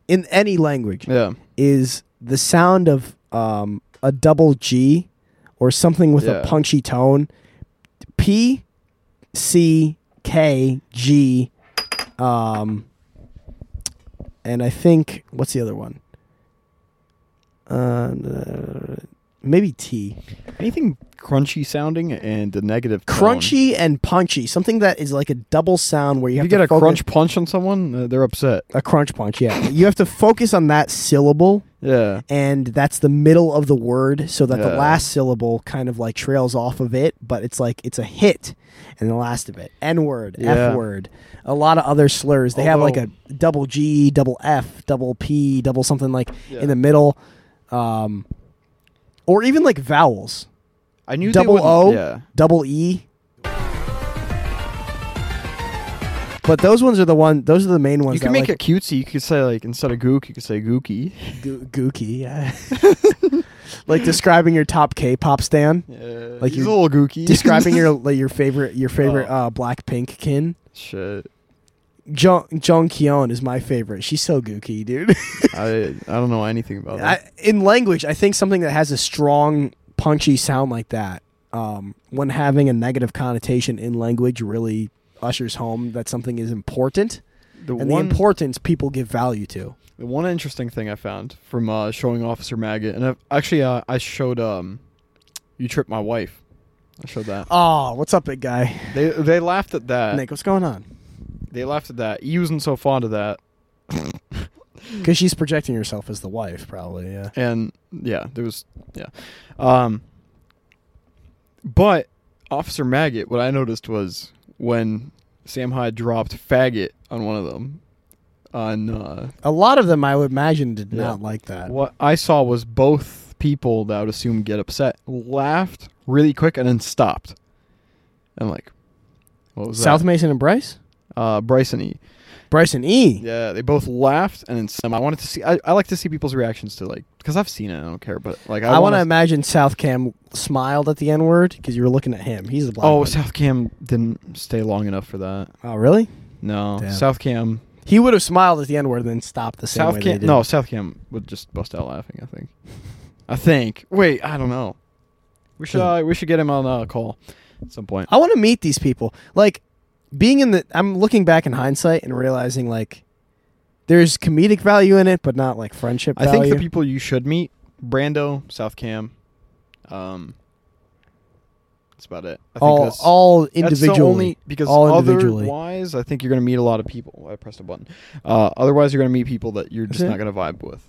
S2: in any language,
S1: Yeah.
S2: is the sound of um, a double G or something with
S1: Yeah.
S2: a punchy tone. P, C, K, G, um, and I think what's the other one? Uh, maybe T.
S1: Anything crunchy sounding and a negative tone.
S2: crunchy and punchy. Something that is like a double sound where you
S1: If
S2: have
S1: you get
S2: to
S1: a
S2: focus-
S1: crunch punch on someone, uh, they're upset.
S2: a crunch punch. Yeah, you have to focus on that syllable,
S1: Yeah.
S2: and that's the middle of the word, so that the
S1: Yeah.
S2: last syllable kind of like trails off of it, but it's like it's a hit, and the last of it, N word,
S1: Yeah.
S2: F word, a lot of other slurs. They have like
S1: Although-
S2: a double G, double F, double P, double something like
S1: Yeah.
S2: in the middle, um, or even like vowels,
S1: I knew they
S2: double
S1: wouldn't-
S2: O,
S1: Yeah.
S2: double E. But those ones are the one; those are the main ones.
S1: You can
S2: that,
S1: make
S2: like,
S1: it cutesy. You could say like instead of gook, you could say gooky.
S2: goo- gooky, yeah. like describing your top K-pop stan,
S1: Yeah.
S2: Like
S1: he's a
S2: you-
S1: little gooky.
S2: describing your like, your favorite your favorite
S1: Oh.
S2: uh, Blackpink kin.
S1: shit.
S2: Jung Jung Kyeon is my favorite. She's so gooky, dude.
S1: I I don't know anything about that.
S2: I, in language, I think something that has a strong punchy sound like that, um, when having a negative connotation in language, really ushers home that something is important.
S1: The
S2: and
S1: one
S2: the importance people give value to.
S1: the one interesting thing I found from uh, showing Officer Maggot, and I've, actually uh, I showed um, you tripped my wife. I showed that.
S2: Oh, what's up, big guy?
S1: They they laughed at that.
S2: Nick, what's going on?
S1: They laughed at that. He wasn't so fond of that.
S2: Because she's projecting herself as the wife, probably. Yeah.
S1: and yeah, there was yeah. Um but Officer Maggot, what I noticed was when Sam Hyde dropped faggot on one of them on uh
S2: A lot of them, I would imagine, did
S1: Yeah.
S2: not like that.
S1: what I saw was both people that I would assume get upset laughed really quick and then stopped. And like what was
S2: South
S1: that?
S2: Mason and Bryce,
S1: uh Bryson E.
S2: Bryson E.
S1: Yeah, they both laughed and then some I wanted to see I, I like to see people's reactions to like because I've seen it, I don't care, but like I,
S2: I, want to
S1: wanna-
S2: imagine South Cam smiled at the N word because you were looking at him. He's the black.
S1: Oh,
S2: one.
S1: South Cam didn't stay long enough for that.
S2: oh, really?
S1: No,
S2: Damn.
S1: South Cam.
S2: He would have smiled at the N word and then stopped the same
S1: South
S2: way they
S1: Cam.
S2: did.
S1: No, South Cam would just bust out laughing. I think. I think. Wait, I don't know. We should.
S2: Hmm.
S1: Uh, we should get him on a call at some point.
S2: I want to meet these people. Like being in the I'm looking back in hindsight and realizing like there's comedic value in it, but not like friendship
S1: I
S2: value.
S1: think the people you should meet: Brando, South Cam. Um. That's about it. I think
S2: all
S1: that's,
S2: all
S1: that's the
S2: individually.
S1: only- because
S2: all individually.
S1: otherwise, I think you're gonna meet a lot of people. I pressed a button. Uh, otherwise, you're gonna meet people that you're just
S2: it?
S1: not gonna vibe with.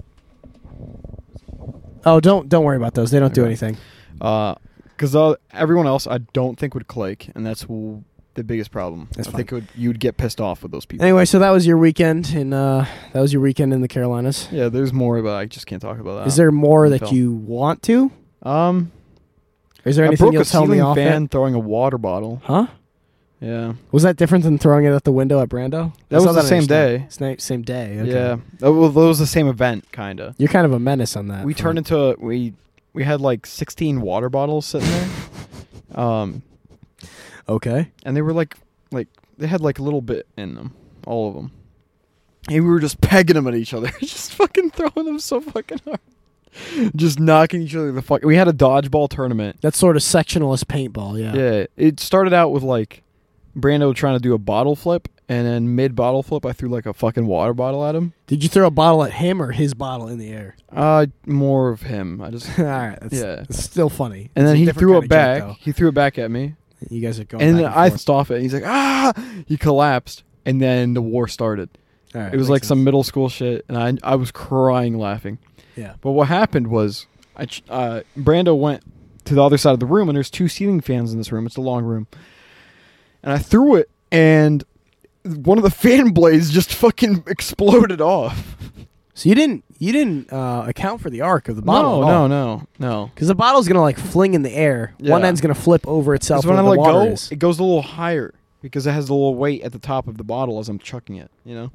S2: oh, don't don't worry about those. They don't do
S1: Okay.
S2: anything.
S1: because uh, everyone else I don't think would click, and that's w- the biggest problem.
S2: That's
S1: I think it would, you'd get pissed off with those people.
S2: Anyway, so that was your weekend and uh that was your weekend in the Carolinas.
S1: Yeah, there's more, but I just can't talk about that.
S2: Is there more that
S1: Phil.
S2: you want to?
S1: Um,
S2: Or Is there
S1: I
S2: anything
S1: broke
S2: you'll
S1: a
S2: tell me
S1: ceiling
S2: off it?
S1: fan throwing a water bottle.
S2: Huh?
S1: Yeah.
S2: Was that different than throwing it at the window at Brando?
S1: That
S2: I saw
S1: was the
S2: on
S1: same
S2: Instagram.
S1: day.
S2: Sna- Same day. Okay.
S1: Yeah. Oh, well, that was the same event, kind of.
S2: You're kind of a menace on that.
S1: We turned into a, we we had like 16 water bottles sitting there, um,
S2: Okay.
S1: and they were like like they had like a little bit in them, all of them. And we were just pegging them at each other, just fucking throwing them so fucking hard, just knocking each other the fuck. We had a dodgeball tournament.
S2: That's sort of sectionalist paintball. Yeah.
S1: Yeah, it started out with like Brando trying to do a bottle flip, and then mid bottle flip, I threw like a fucking water bottle at him.
S2: Did you throw a bottle at him or his bottle in the air?
S1: Uh, more of him. I just
S2: All right. That's,
S1: Yeah.
S2: It's still funny.
S1: and
S2: It's
S1: then
S2: a
S1: he
S2: different
S1: threw
S2: kind
S1: it
S2: of joke,
S1: back. he threw it back at me,
S2: though. you guys are going.
S1: and then
S2: back
S1: I
S2: forth.
S1: stopped it. And he's like, ah! He collapsed, and then the war started.
S2: All right,
S1: it was
S2: makes
S1: like some
S2: sense.
S1: middle school shit, and I I was crying laughing.
S2: Yeah.
S1: But what happened was, I ch- uh, Brando went to the other side of the room, and there's two ceiling fans in this room. It's a long room, and I threw it, and one of the fan blades just fucking exploded off.
S2: So you didn't you didn't uh, account for the arc of the bottle.
S1: no, no, no, no.
S2: Because the bottle's gonna like fling in the air. One
S1: Yeah.
S2: end's gonna flip over itself.
S1: Because when I
S2: where the
S1: let
S2: water
S1: go,
S2: is.
S1: it goes a little higher because it has a little weight at the top of the bottle as I'm chucking it. You know,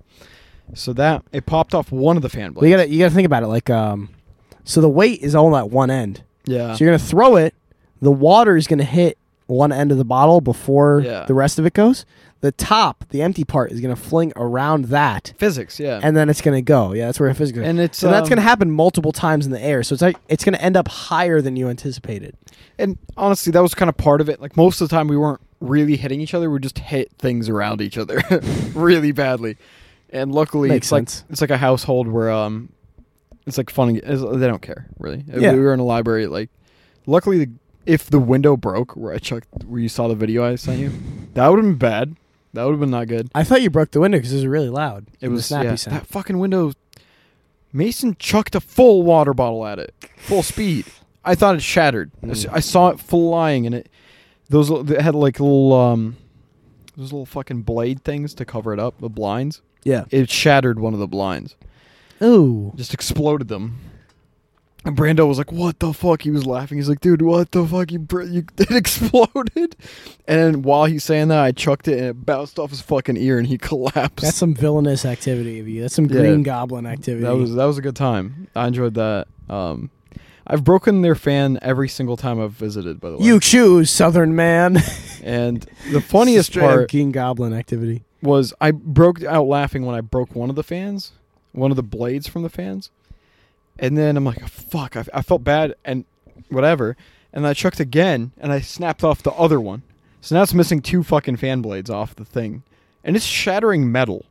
S1: so that it popped off one of the fan
S2: Well,
S1: blades.
S2: you gotta you gotta think about it. Like um, so the weight is all at one end.
S1: yeah,
S2: So you're gonna throw it. The water is gonna hit one end of the bottle before
S1: Yeah.
S2: the rest of it goes. The top, the empty part, is gonna fling around that,
S1: physics. Yeah,
S2: and then it's gonna go. Yeah, that's where it physics.
S1: And it's,
S2: so that's
S1: um,
S2: gonna happen multiple times in the air. So it's like it's gonna end up higher than you anticipated.
S1: And honestly, that was kind of part of it. Like most of the time, we weren't really hitting each other; we just hit things around each other really badly. And luckily,
S2: Makes
S1: it's
S2: sense.
S1: like it's like a household where um, it's like fun. and- it's- uh, They don't care really. Uh,
S2: Yeah.
S1: We were in a library. Like, luckily, the, if the window broke where I chucked, where you saw the video I sent you, that would have been bad. That would have been not good.
S2: I thought you broke the window because it was really loud.
S1: It
S2: and the
S1: was
S2: snappy
S1: yeah,
S2: sound.
S1: that fucking window. Mason chucked a full water bottle at it, full speed. I thought it shattered. I
S2: Mm.
S1: s- I saw it flying, and it those l- it had like little um those little fucking blade things to cover it up, the blinds.
S2: yeah.
S1: It shattered one of the blinds,
S2: Ooh.
S1: just exploded them. And Brando was like, "What the fuck?" He was laughing. He's like, "Dude, what the fuck? You, br- you it exploded." And then while he's saying that, I chucked it, and it bounced off his fucking ear, and he collapsed.
S2: That's some villainous activity of you. That's some
S1: Yeah.
S2: Green Goblin activity.
S1: That was that was a good time. I enjoyed that. Um, I've broken their fan every single time I've visited. By the way,
S2: you choose, Southern man.
S1: and the
S2: Funniest
S1: funniest part
S2: Green Goblin activity.
S1: was I broke out laughing when I broke one of the fans, one of the blades from the fans, and then I'm like, "Fuck!" I, I felt bad and whatever, and I chucked again and I snapped off the other one. So now it's missing two fucking fan blades off the thing, and it's shattering metal.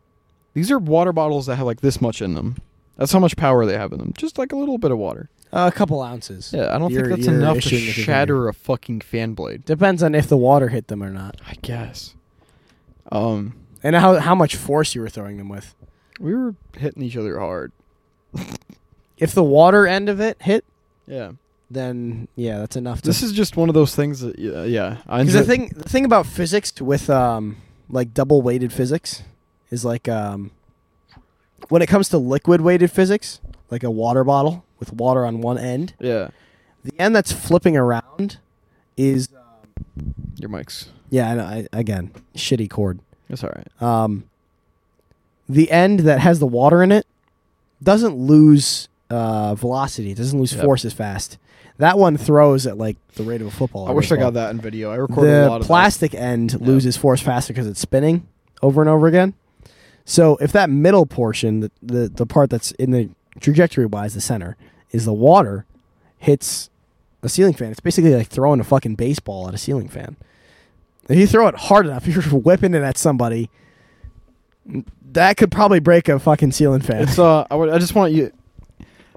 S1: These are water bottles that have like this much in them. That's how much power they have in them. Just like a little bit of water.
S2: Uh, a couple ounces.
S1: Yeah, I don't
S2: You're-
S1: think that's
S2: you're
S1: enough to
S2: issuing the container.
S1: shatter a fucking fan blade.
S2: Depends on if the water hit them or not,
S1: I guess. Um,
S2: and how how much force you were throwing them with.
S1: we were hitting each other hard.
S2: If the water end of it hit,
S1: Yeah,
S2: then yeah, that's enough. To,
S1: this is just one of those things that yeah, yeah. I
S2: because the
S1: enjoy-
S2: thing the thing about physics with um like double weighted physics is like um when it comes to liquid weighted physics, like a water bottle with water on one end,
S1: Yeah,
S2: the end that's flipping around is
S1: your mics.
S2: yeah, I know, I, again shitty cord.
S1: That's all right.
S2: um, the end that has the water in it doesn't lose uh, velocity. It doesn't lose
S1: Yep.
S2: force as fast. That one throws at like the rate of a football.
S1: I wish I got that in video. I recorded
S2: the
S1: a lot of
S2: plastic end loses force faster because it's spinning over and over again. So if that middle portion, the, the, the part that's in the trajectory wise, the center, is the water, hits a ceiling fan. It's basically like throwing a fucking baseball at a ceiling fan. If you throw it hard enough, you're whipping it at somebody. That could probably break a fucking ceiling fan.
S1: That. It's uh, I, would, I just want you.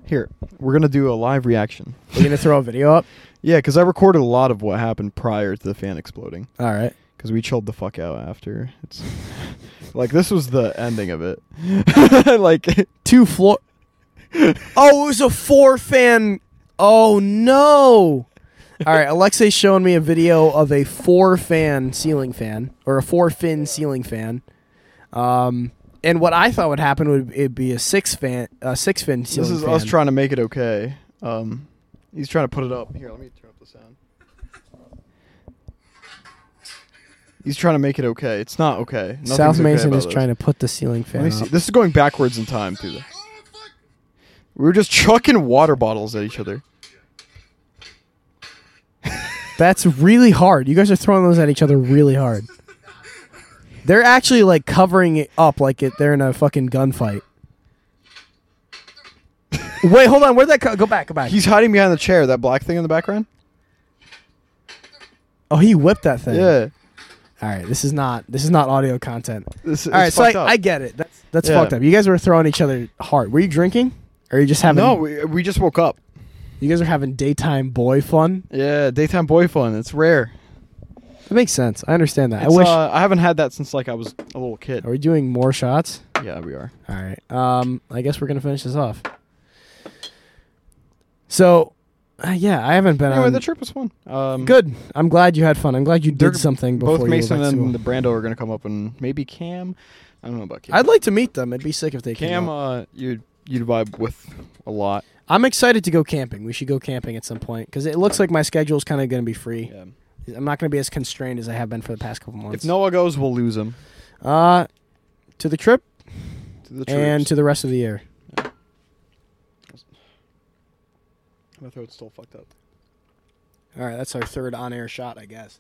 S1: Here, we're gonna do a live reaction.
S2: We're gonna throw a video up.
S1: Yeah, because I recorded a lot of what happened prior to the fan exploding.
S2: All right.
S1: Because we chilled the fuck out after. It's like this was the ending of it. like
S2: Two floor. oh, it was a four fan. Oh no! All right, Alexei's showing me a video of a four fan ceiling fan or a four fin ceiling fan. Um, and what I thought would happen would it be a six fan, a six fin ceiling.
S1: This is
S2: fan.
S1: us trying to make it okay. Um, he's trying to put it up. Here, let me turn up the sound. He's trying to make it okay. It's not okay. Nothing's
S2: South
S1: okay
S2: Mason
S1: about
S2: is
S1: this.
S2: trying to put the ceiling
S1: Let
S2: fan
S1: me
S2: up.
S1: see. This is going backwards in time too. though. We were just chucking water bottles at each other.
S2: That's really hard. You guys are throwing those at each other really hard. They're actually like covering it up like it they're in a fucking gunfight. Wait, hold on. Where'd that co- go back? Go back.
S1: He's hiding behind the chair. That black thing in the background.
S2: oh, he whipped that thing.
S1: Yeah.
S2: All right. This is not. This is not audio content.
S1: This is
S2: All right.
S1: it's
S2: So I,
S1: fucked up.
S2: I get it. That's that's
S1: Yeah.
S2: fucked up. You guys were throwing each other hard. Were you drinking? Or you just having?
S1: no, we, we just woke up.
S2: You guys are having daytime boy fun.
S1: Yeah, daytime boy fun. It's rare.
S2: That makes sense. I understand that.
S1: It's,
S2: I wish.
S1: uh, I haven't had that since like I was a little kid.
S2: are we doing more shots?
S1: Yeah, we are.
S2: All right. Um, I guess we're gonna finish this off. So, uh, yeah, I haven't been
S1: Anyway,
S2: on.
S1: the trip was fun. Um,
S2: Good. I'm glad you had fun. I'm glad you
S1: They're-
S2: did something before
S1: Both
S2: you
S1: Mason
S2: went back to
S1: and
S2: school.
S1: the Brando are gonna come up, and maybe Cam. I don't know about Cam.
S2: I'd like to meet them. It'd be sick if they
S1: Cam,
S2: Came up.
S1: uh, you'd you'd vibe with a lot.
S2: I'm excited to go camping. We should go camping at some point because it looks like my schedule's kind of gonna be free.
S1: Yeah.
S2: I'm not gonna be as constrained as I have been for the past couple months.
S1: If Noah goes, we'll lose him.
S2: uh, to the trip
S1: To the
S2: and
S1: troops.
S2: to the rest of the year.
S1: my throat's still fucked up.
S2: All right, that's our third on-air shot, I guess.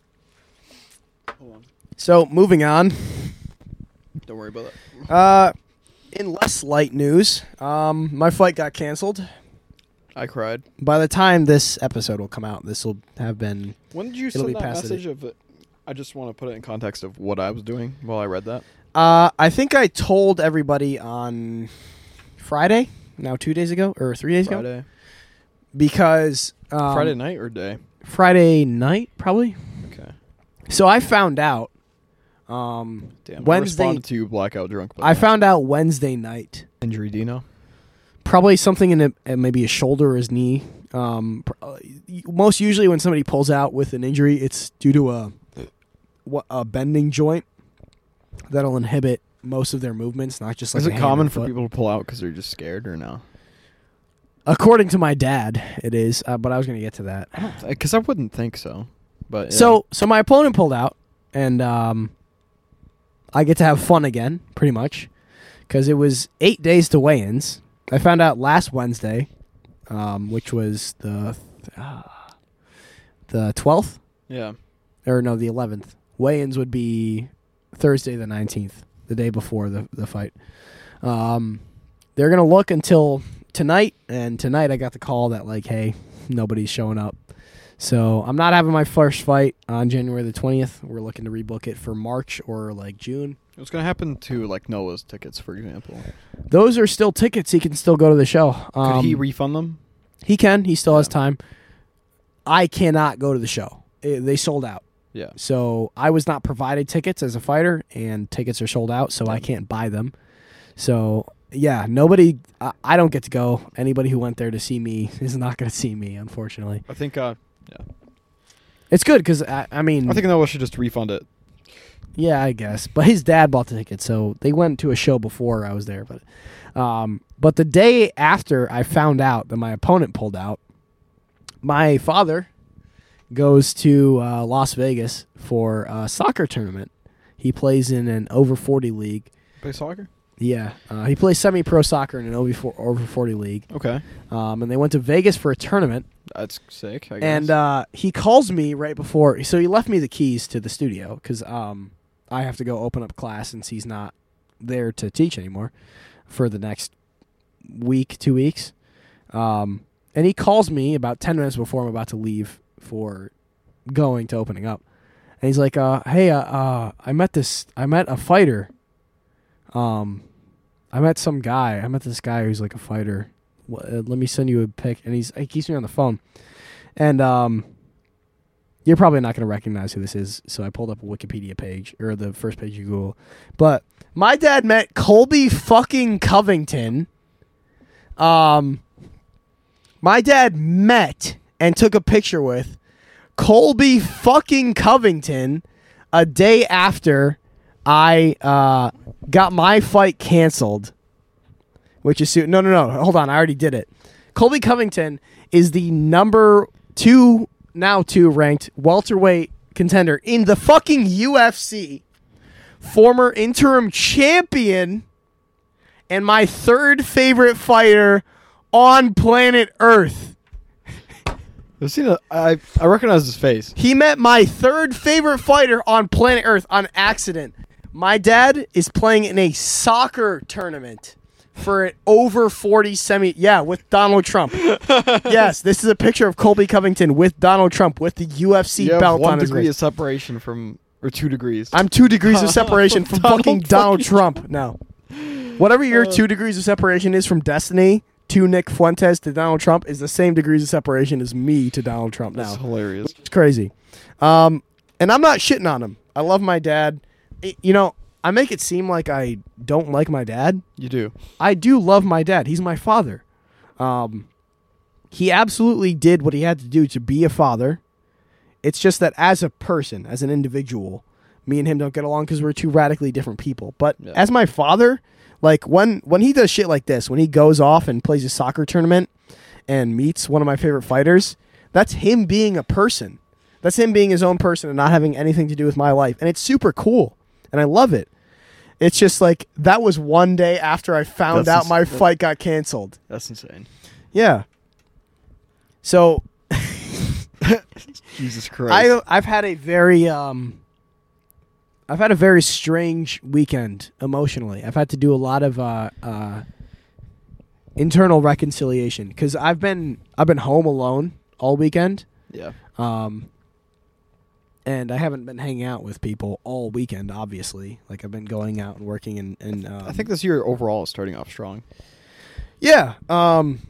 S1: Hold on.
S2: So moving on.
S1: Don't worry about that.
S2: Uh, in less light news, um, my flight got canceled.
S1: I cried.
S2: By the time this episode will come out, this will have been.
S1: When did you
S2: It'll be
S1: send that
S2: past the
S1: message of? I just want to put it in context of what I was doing while I read that.
S2: Uh, I think I told everybody on Friday, now two days ago or three days ago,
S1: Friday,
S2: because um,
S1: Friday night or day?
S2: Friday night probably.
S1: Okay.
S2: So I found out. Um,
S1: Damn. I
S2: Wednesday-
S1: responded to you blackout drunk. but
S2: I found out Wednesday night.
S1: injury. Dino.
S2: probably something in a, uh, maybe a shoulder or his knee. Um, pr- uh, y- most usually, when somebody pulls out with an injury, it's due to a wha- a bending joint that'll inhibit most of their movements, not just like.
S1: Is
S2: a
S1: it
S2: hand or
S1: common for
S2: foot.
S1: people to pull out because they're just scared or no?
S2: According to my dad, it is. Uh, but I was going to get to that.
S1: Because Uh, I wouldn't think so. But yeah.
S2: So, so my opponent pulled out, and um, I get to have fun again, pretty much, because it was eight days to weigh-ins. I found out last Wednesday, um, which was the th- ah, the twelfth,
S1: yeah,
S2: or no, the eleventh. Weigh-ins would be Thursday, the nineteenth, the day before the the fight. Um, they're gonna look until tonight, and tonight I got the call that like, hey, nobody's showing up. So I'm not having my first fight on January the 20th. We're looking to rebook it for March or like June.
S1: what's gonna happen to like Noah's tickets, for example?
S2: Those are still tickets. He can still go to the show.
S1: Could
S2: Um,
S1: he refund them?
S2: he can. He still has
S1: Yeah.
S2: time. I cannot go to the show. Eh, they sold out.
S1: Yeah.
S2: So I was not provided tickets as a fighter, and tickets are sold out, so I can't buy them. So yeah, nobody. I, I don't get to go. Anybody who went there to see me is not going to see me, unfortunately.
S1: I think. Uh, yeah.
S2: It's good because I, I mean,
S1: I think Noah should just refund it.
S2: Yeah, I guess. But his dad bought the ticket, so they went to a show before I was there. But, um, but the day after I found out that my opponent pulled out, my father goes to uh, Las Vegas for a soccer tournament. He plays in an over forty league.
S1: Play soccer.
S2: Yeah, uh, he plays semi pro soccer in an over four- over forty league.
S1: Okay,
S2: Um, and they went to Vegas for a tournament.
S1: that's sick. I guess.
S2: And uh, he calls me right before. So he left me the keys to the studio because um, I have to go open up class since he's not there to teach anymore for the next week, two weeks. Um, and he calls me about 10 minutes before I'm about to leave for going to opening up. And he's like, uh, hey, uh, uh, I met this, I met a fighter. Um, I met some guy. I met this guy who's like a fighter. Wha- uh, Let me send you a pic. And he's, he keeps me on the phone. And um, you're probably not going to recognize who this is, so I pulled up a Wikipedia page or the first page you Google. But my dad met Colby fucking Covington. Um, my dad met and took a picture with Colby fucking Covington a day after I uh, got my fight canceled which is soon. No, no, no. Hold on. I already did it. Colby Covington is the number two, now two ranked welterweight contender in the fucking UFC, former interim champion, and my third favorite fighter on planet Earth. uh,
S1: I've seen a, I I recognize his face.
S2: He met my third favorite fighter on planet Earth on accident. My dad is playing in a soccer tournament for an over 40 semi. Yeah, with Donald Trump. yes, this is a picture of Colby Covington with Donald Trump with the UFC
S1: You have
S2: belt
S1: one
S2: on his
S1: degree
S2: wrist.
S1: of separation from, or two degrees.
S2: I'm two degrees of separation from
S1: Donald
S2: fucking Donald Trump. No. Whatever your two degrees of separation is from Destiny to Nick Fuentes to Donald Trump is the same degrees of separation as me to Donald Trump
S1: That's
S2: now.
S1: hilarious.
S2: It's crazy. Um, and I'm not shitting on him. I love my dad. I- you know, I make it seem like I don't like my dad.
S1: You do.
S2: I do love my dad. He's my father. Um, he absolutely did what he had to do to be a father. It's just that as a person, as an individual, me and him don't get along because we're two radically different people. But
S1: Yeah.
S2: as my father, like when when he does shit like this, when he goes off and plays a soccer tournament and meets one of my favorite fighters, that's him being a person. That's him being his own person and not having anything to do with my life. And it's super cool. And I love it. It's just like that was one day after I found
S1: That's
S2: out my
S1: ins- that-
S2: fight got canceled.
S1: That's insane.
S2: Yeah. So
S1: Jesus Christ.
S2: I I've had a very um I've had a very strange weekend emotionally. I've had to do a lot of uh, uh, internal reconciliation because I've been I've been home alone all weekend,
S1: yeah.
S2: um, and I haven't been hanging out with people all weekend. Obviously, like I've been going out and working and and um,
S1: I think this year overall is starting off strong.
S2: Yeah. Um,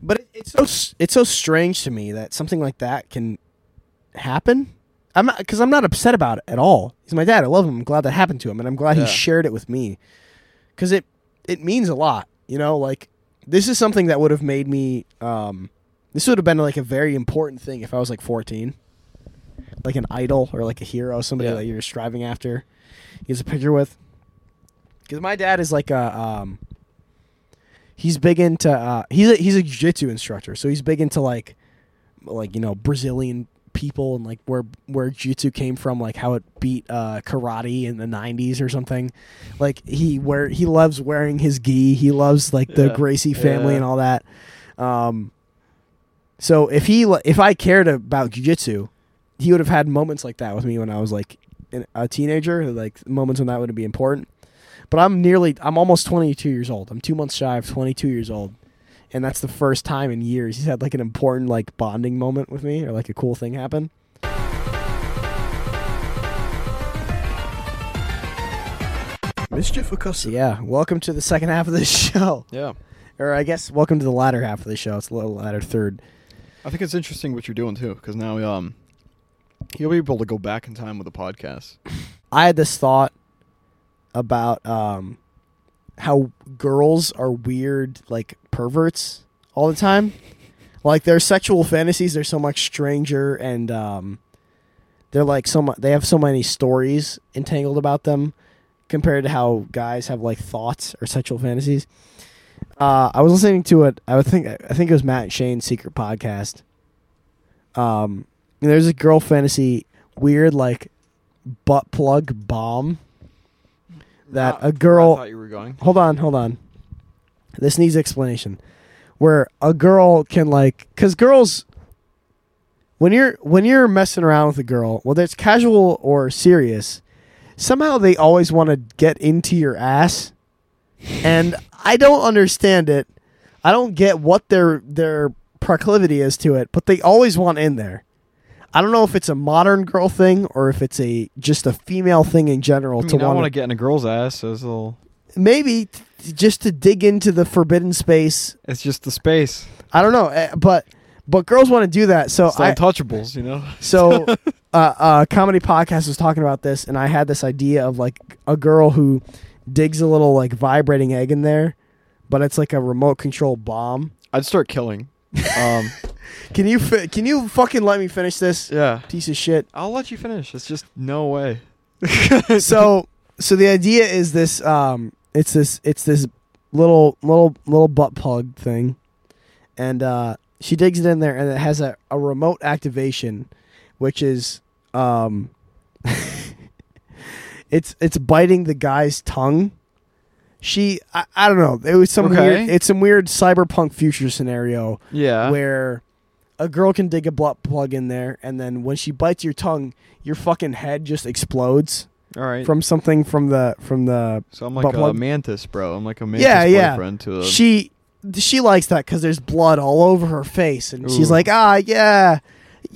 S2: but it, it's so s- it's so strange to me that something like that can happen. I'm not because I'm not upset about it at all. He's my dad. I love him. I'm glad that happened to him, and I'm glad
S1: Yeah.
S2: he shared it with me because it it means a lot. You know, like this is something that would have made me. Um, this would have been like a very important thing if I was like 14, like an idol or like a hero, somebody
S1: Yeah.
S2: that you're striving after. He gets a picture with. Because my dad is like a um, he's big into uh, he's a, he's a jiu-jitsu instructor, so he's big into like like you know Brazilian people and like where where jiu-jitsu came from, like how it beat uh, karate in the '90s or something. Like he wear he loves wearing his gi, he loves like the
S1: Yeah.
S2: Gracie family
S1: Yeah.
S2: and all that. Um, so if he li- if I cared about jiu-jitsu, he would have had moments like that with me when I was like in- a teenager, like moments when that would be important. But I'm nearly, I'm almost 22 years old. I'm two months shy of 22 years old, and that's the first time in years he's had like an important like bonding moment with me, or like a cool thing happen.
S3: Mischief Acosta.
S2: So yeah, welcome to the second half of the show,
S1: Yeah.
S2: or I guess welcome to the latter half of the show. It's the latter third.
S1: I think it's interesting what you're doing too, because now um, you'll be able to go back in time with the podcast.
S2: I had this thought about um, how girls are weird, like perverts all the time. Like their sexual fantasies, they're so much stranger, and um, they're like so much. They have so many stories entangled about them, compared to how guys have like thoughts or sexual fantasies. Uh, I was listening to it. I would think I think it was Matt and Shane's secret podcast. Um, and there's a girl fantasy, weird like butt plug bomb that a
S1: Oh, I
S2: girl
S1: thought you were going.
S2: hold on hold on this needs explanation where a girl can like because girls when you're when you're messing around with a girl whether it's casual or serious somehow they always want to get into your ass and i don't understand it i don't get what their their proclivity is to it but they always want in there i don't know if it's a modern girl thing or if it's a just a female thing in general
S1: I
S2: to
S1: mean, I
S2: want
S1: want
S2: to
S1: to get in a girl's ass. So it's, a little,
S2: maybe t- t- just to dig into the forbidden space.
S1: it's just the space.
S2: I don't know, eh, but but girls want to do that. So
S1: It's the
S2: I
S1: untouchables, you know.
S2: so uh, uh, comedy podcast was talking about this, and I had this idea of like a girl who digs a little like vibrating egg in there, but it's like a remote control bomb.
S1: I'd start killing. Um,
S2: Can you fi- can you fucking let me finish this
S1: yeah,
S2: piece of shit?
S1: I'll let you finish. It's just no way.
S2: so so the idea is this um it's this it's this little little little butt plug thing and uh she digs it in there and it has a, a remote activation which is um, it's it's biting the guy's tongue. She, I, I don't know. It was some
S1: Okay.
S2: weird. It's some weird cyberpunk future scenario
S1: Yeah.
S2: where a girl can dig a butt plug in there, and then when she bites your tongue, your fucking head just explodes
S1: All right.
S2: from something from the from the.
S1: so I'm like
S2: butt
S1: a
S2: plug.
S1: mantis, bro. I'm like a mantis
S2: Yeah, yeah.
S1: boyfriend to a.
S2: She she likes that because there's blood all over her face, and she's
S1: Ooh.
S2: like, ah, yeah.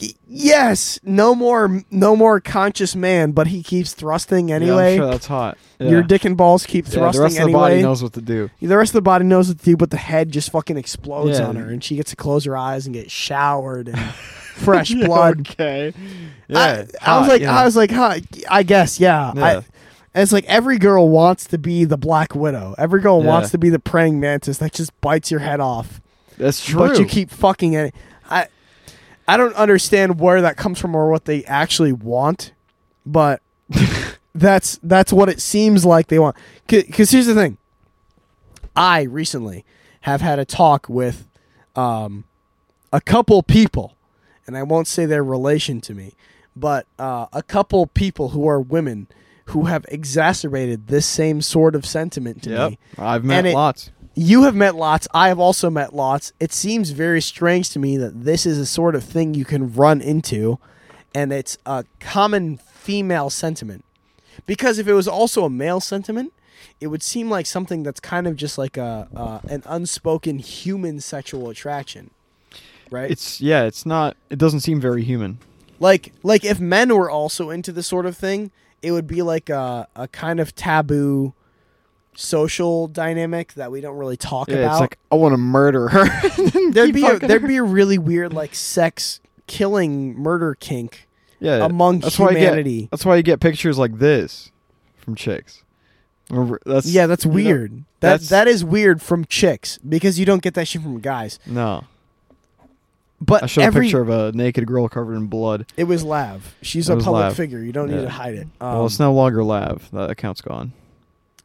S2: Y- yes, no more, no more conscious man, but he keeps thrusting
S1: Yeah, I'm
S2: anyway.
S1: sure that's hot. Yeah.
S2: Your dick and balls keep
S1: Yeah,
S2: thrusting
S1: the rest of the
S2: anyway.
S1: body knows what to do.
S2: the rest of the body knows what to do, but the head just fucking explodes
S1: Yeah.
S2: on her, and she gets to close her eyes and get showered and fresh blood.
S1: Okay.
S2: I-
S1: Yeah.
S2: I, was
S1: hot,
S2: like,
S1: yeah.
S2: I was like, huh, I guess, yeah. I-
S1: Yeah.
S2: and it's like every girl wants to be the Black Widow. Every girl
S1: Yeah.
S2: wants to be the praying mantis that just bites your head off,
S1: That's true.
S2: but you keep fucking it. I, I don't understand where that comes from or what they actually want, but that's that's what it seems like they want. Because here's the thing, I recently have had a talk with um, a couple people, and I won't say their relation to me, but uh, a couple people who are women who have exacerbated this same sort of sentiment to
S1: Yep.
S2: me.
S1: I've met
S2: it-
S1: lots.
S2: You have met lots. I have also met lots. It seems very strange to me that this is a sort of thing you can run into, and it's a common female sentiment. Because if it was also a male sentiment, it would seem like something that's kind of just like a uh, an unspoken human sexual attraction, right?
S1: It's yeah. It's not. It doesn't seem very human.
S2: Like like if men were also into this sort of thing, it would be like a, a kind of taboo social dynamic that we don't really talk
S1: Yeah,
S2: about.
S1: it's like I want to murder her.
S2: there'd be a, there'd be a really weird like sex killing murder kink
S1: yeah,
S2: among
S1: Uh, that's why I get-
S2: humanity.
S1: That's why you get pictures like this from chicks. Remember- That's
S2: yeah, that's
S1: you know,
S2: weird. that
S1: that's-
S2: that is weird from chicks because you don't get that shit from guys.
S1: no,
S2: But
S1: I showed
S2: every
S1: a picture of a naked girl covered in blood.
S2: it was Lav. She's
S1: It
S2: a
S1: was
S2: public
S1: Lav.
S2: figure. You don't need
S1: Yeah.
S2: to hide it. Um,
S1: well, it's no longer Lav. That account's gone.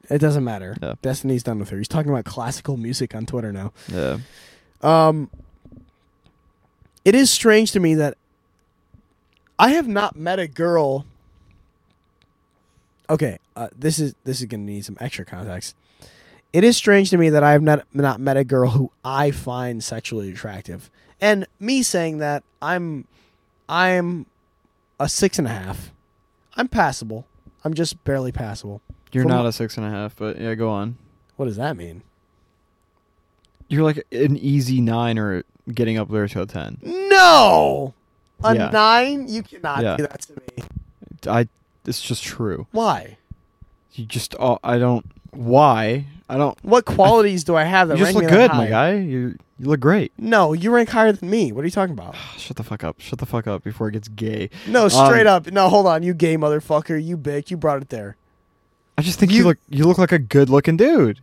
S2: It doesn't matter.
S1: Yeah.
S2: Destiny's done with her. He's talking about classical music on Twitter now.
S1: Yeah,
S2: Um, it is strange to me that I have not met a girl. Okay, uh, this is this is gonna need some extra context. It is strange to me that I have not not met a girl who I find sexually attractive. And me saying that I'm I'm a six and a half. I'm passable. I'm just barely passable.
S1: you're
S2: From-
S1: not a six and a half, but yeah, go on.
S2: What does that mean?
S1: You're like an easy nine or getting up there to a ten.
S2: No, a
S1: Yeah.
S2: nine. You cannot
S1: Yeah.
S2: do that to me.
S1: I. It's just true.
S2: Why?
S1: You just. Oh, I don't. Why? I don't.
S2: What qualities do I have that
S1: you just
S2: rank
S1: look
S2: me that
S1: good, my
S2: high?
S1: guy. You you look great.
S2: No, you rank higher than me. What are you talking about?
S1: Shut the fuck up. Shut the fuck up before it gets gay.
S2: No,
S1: Um,
S2: straight up. No, hold on. You gay motherfucker. You bitch. You brought it there.
S1: I just think you,
S2: You-
S1: look you look like a good looking dude.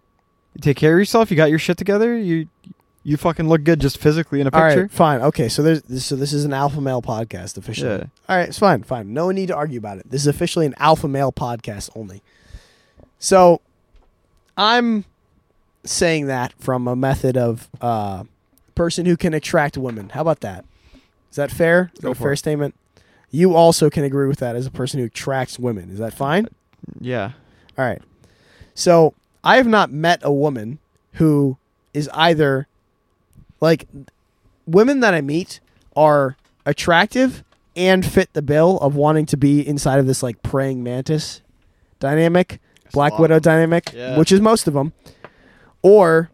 S1: You take care of yourself. You got your shit together. You you fucking look good just physically in a
S2: All right,
S1: picture.
S2: fine. Okay, so there's this, so this is an alpha male podcast officially.
S1: Yeah.
S2: All right, it's fine, fine. No need to argue about it. This is officially an alpha male podcast only. So, I'm saying that from a method of uh, person who can attract women. How about that? Is that fair? Is that
S1: Go
S2: a
S1: for
S2: fair
S1: it.
S2: statement? You also can agree with that as a person who attracts women. Is that fine?
S1: Yeah.
S2: All right. So I have not met a woman who is either like women that I meet are attractive and fit the bill of wanting to be inside of this like praying mantis dynamic, Black
S1: lot of
S2: Widow
S1: them.
S2: dynamic,
S1: Yeah.
S2: which is most of them, or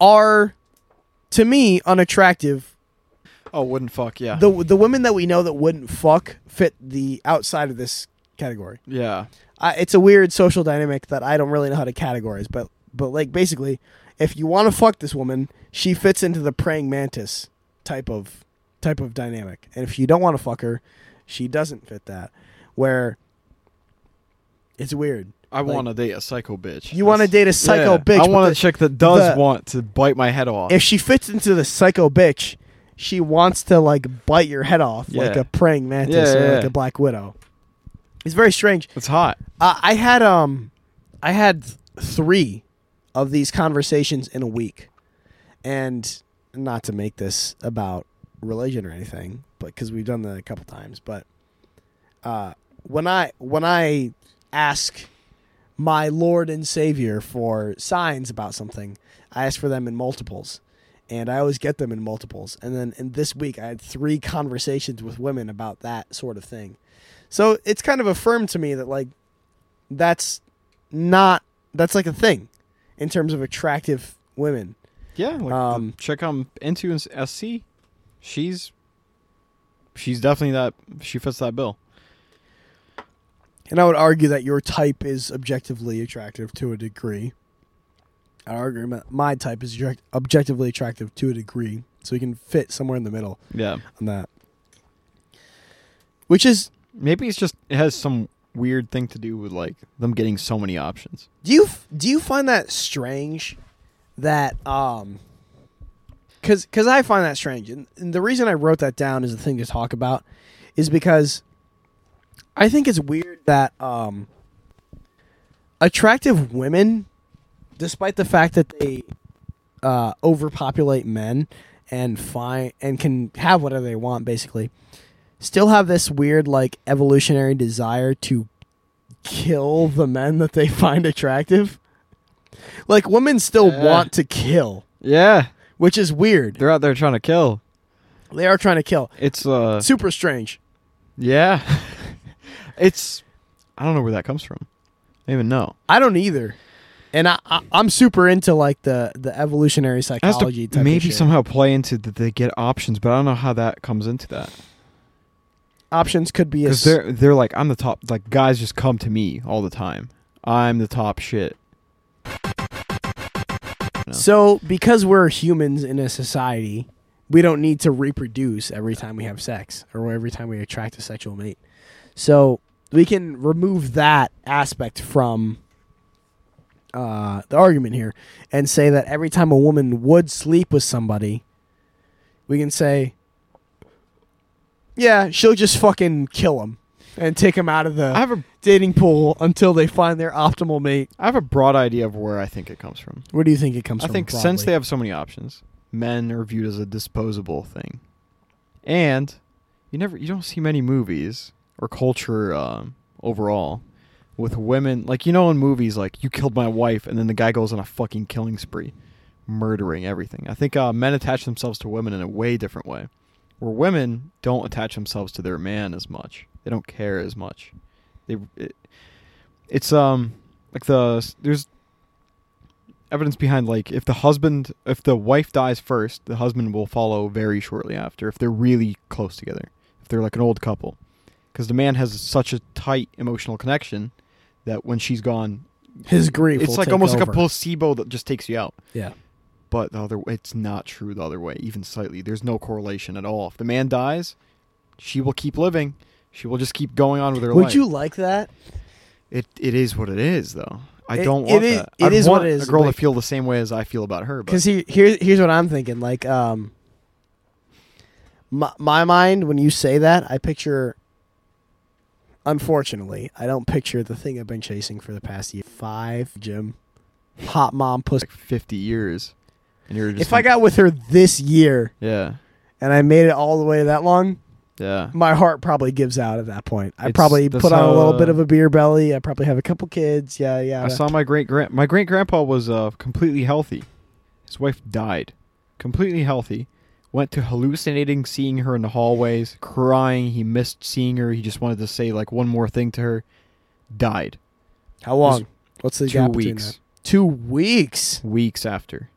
S2: are to me unattractive
S1: Oh, wouldn't fuck. Yeah.
S2: the the women that we know that wouldn't fuck fit the outside of this category
S1: yeah.
S2: I, it's a weird social dynamic that I don't really know how to categorize, but but like basically, if you want to fuck this woman, she fits into the praying mantis type of type of dynamic, and if you don't want to fuck her, she doesn't fit that. Where it's weird.
S1: I
S2: Like-
S1: want to date a psycho bitch.
S2: You wanna
S1: That's-
S2: date a psycho
S1: Yeah.
S2: bitch,
S1: I
S2: but
S1: want
S2: the-
S1: a chick that does
S2: the-
S1: want to bite my head off.
S2: If she fits into the psycho bitch, she wants to like bite your head off like
S1: Yeah.
S2: a praying mantis
S1: Yeah,
S2: or
S1: yeah,
S2: like
S1: yeah.
S2: a black widow. It's very strange.
S1: it's hot.
S2: Uh, I had um, I had th- three of these conversations in a week, and not to make this about religion or anything, but because we've done that a couple times, but uh, when I when I ask my Lord and Savior for signs about something, I ask for them in multiples, and I always get them in multiples. And then in this week, I had three conversations with women about that sort of thing. So it's kind of affirmed to me that like that's not that's like a thing in terms of attractive women.
S1: Yeah, like
S2: Um,
S1: the chick I'm into in SC, she's she's definitely that she fits that bill.
S2: And I would argue that your type is objectively attractive to a degree. I argue that my type is direct, objectively attractive to a degree, so we can fit somewhere in the middle
S1: Yeah,
S2: on that. Which is,
S1: maybe it's just it has some weird thing to do with like them getting so many options.
S2: do you f- do you find that strange? That um, because because I find that strange, and, and the reason I wrote that down as a thing to talk about is because I think it's weird that um, attractive women, despite the fact that they uh, overpopulate men and find and can have whatever they want, basically, still have this weird like evolutionary desire to kill the men that they find attractive. Like women still
S1: Yeah.
S2: want to kill,
S1: Yeah,
S2: which is weird.
S1: they're out there trying to kill.
S2: They are trying to kill.
S1: It's uh,
S2: Super strange.
S1: yeah, it's I don't know where that comes from. I don't even know.
S2: I don't either. And I, I I'm super into like the the evolutionary
S1: It has
S2: psychology
S1: to
S2: type of
S1: maybe
S2: shit.
S1: somehow play into that they get options, but I don't know how that comes into that
S2: options could be a
S1: because
S2: s-
S1: they're they're like I'm the top. Like guys just come to me all the time. I'm the top shit. No.
S2: so because we're humans in a society, we don't need to reproduce every time we have sex or every time we attract a sexual mate. So we can remove that aspect from uh, the argument here and say that every time a woman would sleep with somebody, we can say, yeah, she'll just fucking kill him and take him out of the
S1: I have a
S2: dating pool until they find their optimal mate.
S1: I have a broad idea of where I think it comes from.
S2: Where do you think it comes
S1: I
S2: from?
S1: think since they have so many options, men are viewed as a disposable thing, and you never you don't see many movies or culture um, overall with women like you know in movies like you killed my wife and then the guy goes on a fucking killing spree, murdering everything. I think uh, men attach themselves to women in a way different way, where women don't attach themselves to their man as much. They don't care as much. They it, it's um like the there's evidence behind like if the husband if the wife dies first the husband will follow very shortly after if they're really close together if they're like an old couple because the man has such a tight emotional connection that when she's gone
S2: his grief.
S1: it's
S2: will
S1: like
S2: take
S1: almost like a
S2: over.
S1: placebo that just takes you out
S2: Yeah.
S1: but the other it's not true the other way even slightly there's no correlation at all if the man dies she will keep living she will just keep going on with her
S2: Would
S1: life
S2: you like that?
S1: it it is what it is, though. I
S2: It-
S1: don't
S2: it
S1: want
S2: is-
S1: that.
S2: it
S1: I'd
S2: is what
S1: want
S2: it is,
S1: A girl
S2: like-
S1: to feel the same way as I feel about her. But
S2: Because he, here, here's what I'm thinking. Like, um, my, my mind when you say that, I picture. Unfortunately, I don't picture the thing I've been chasing for the past year. Five, Jim, hot mom pussy.
S1: like fifty years, and you're just
S2: If I got with her this year
S1: yeah
S2: and I made it all the way that long,
S1: yeah
S2: my heart probably gives out at that point. I
S1: It's-
S2: probably
S1: that's
S2: put on a
S1: how,
S2: little
S1: uh,
S2: bit of a beer belly. I probably have a couple kids. Yeah, yeah.
S1: I saw my great grand my great grandpa was uh, completely healthy. His wife died, completely healthy. Went to hallucinating, seeing her in the hallways, crying. He missed seeing her. He just wanted to say like one more thing to her. Died
S2: How long? What's the
S1: two
S2: gap between
S1: weeks.
S2: that? Two weeks.
S1: weeks after.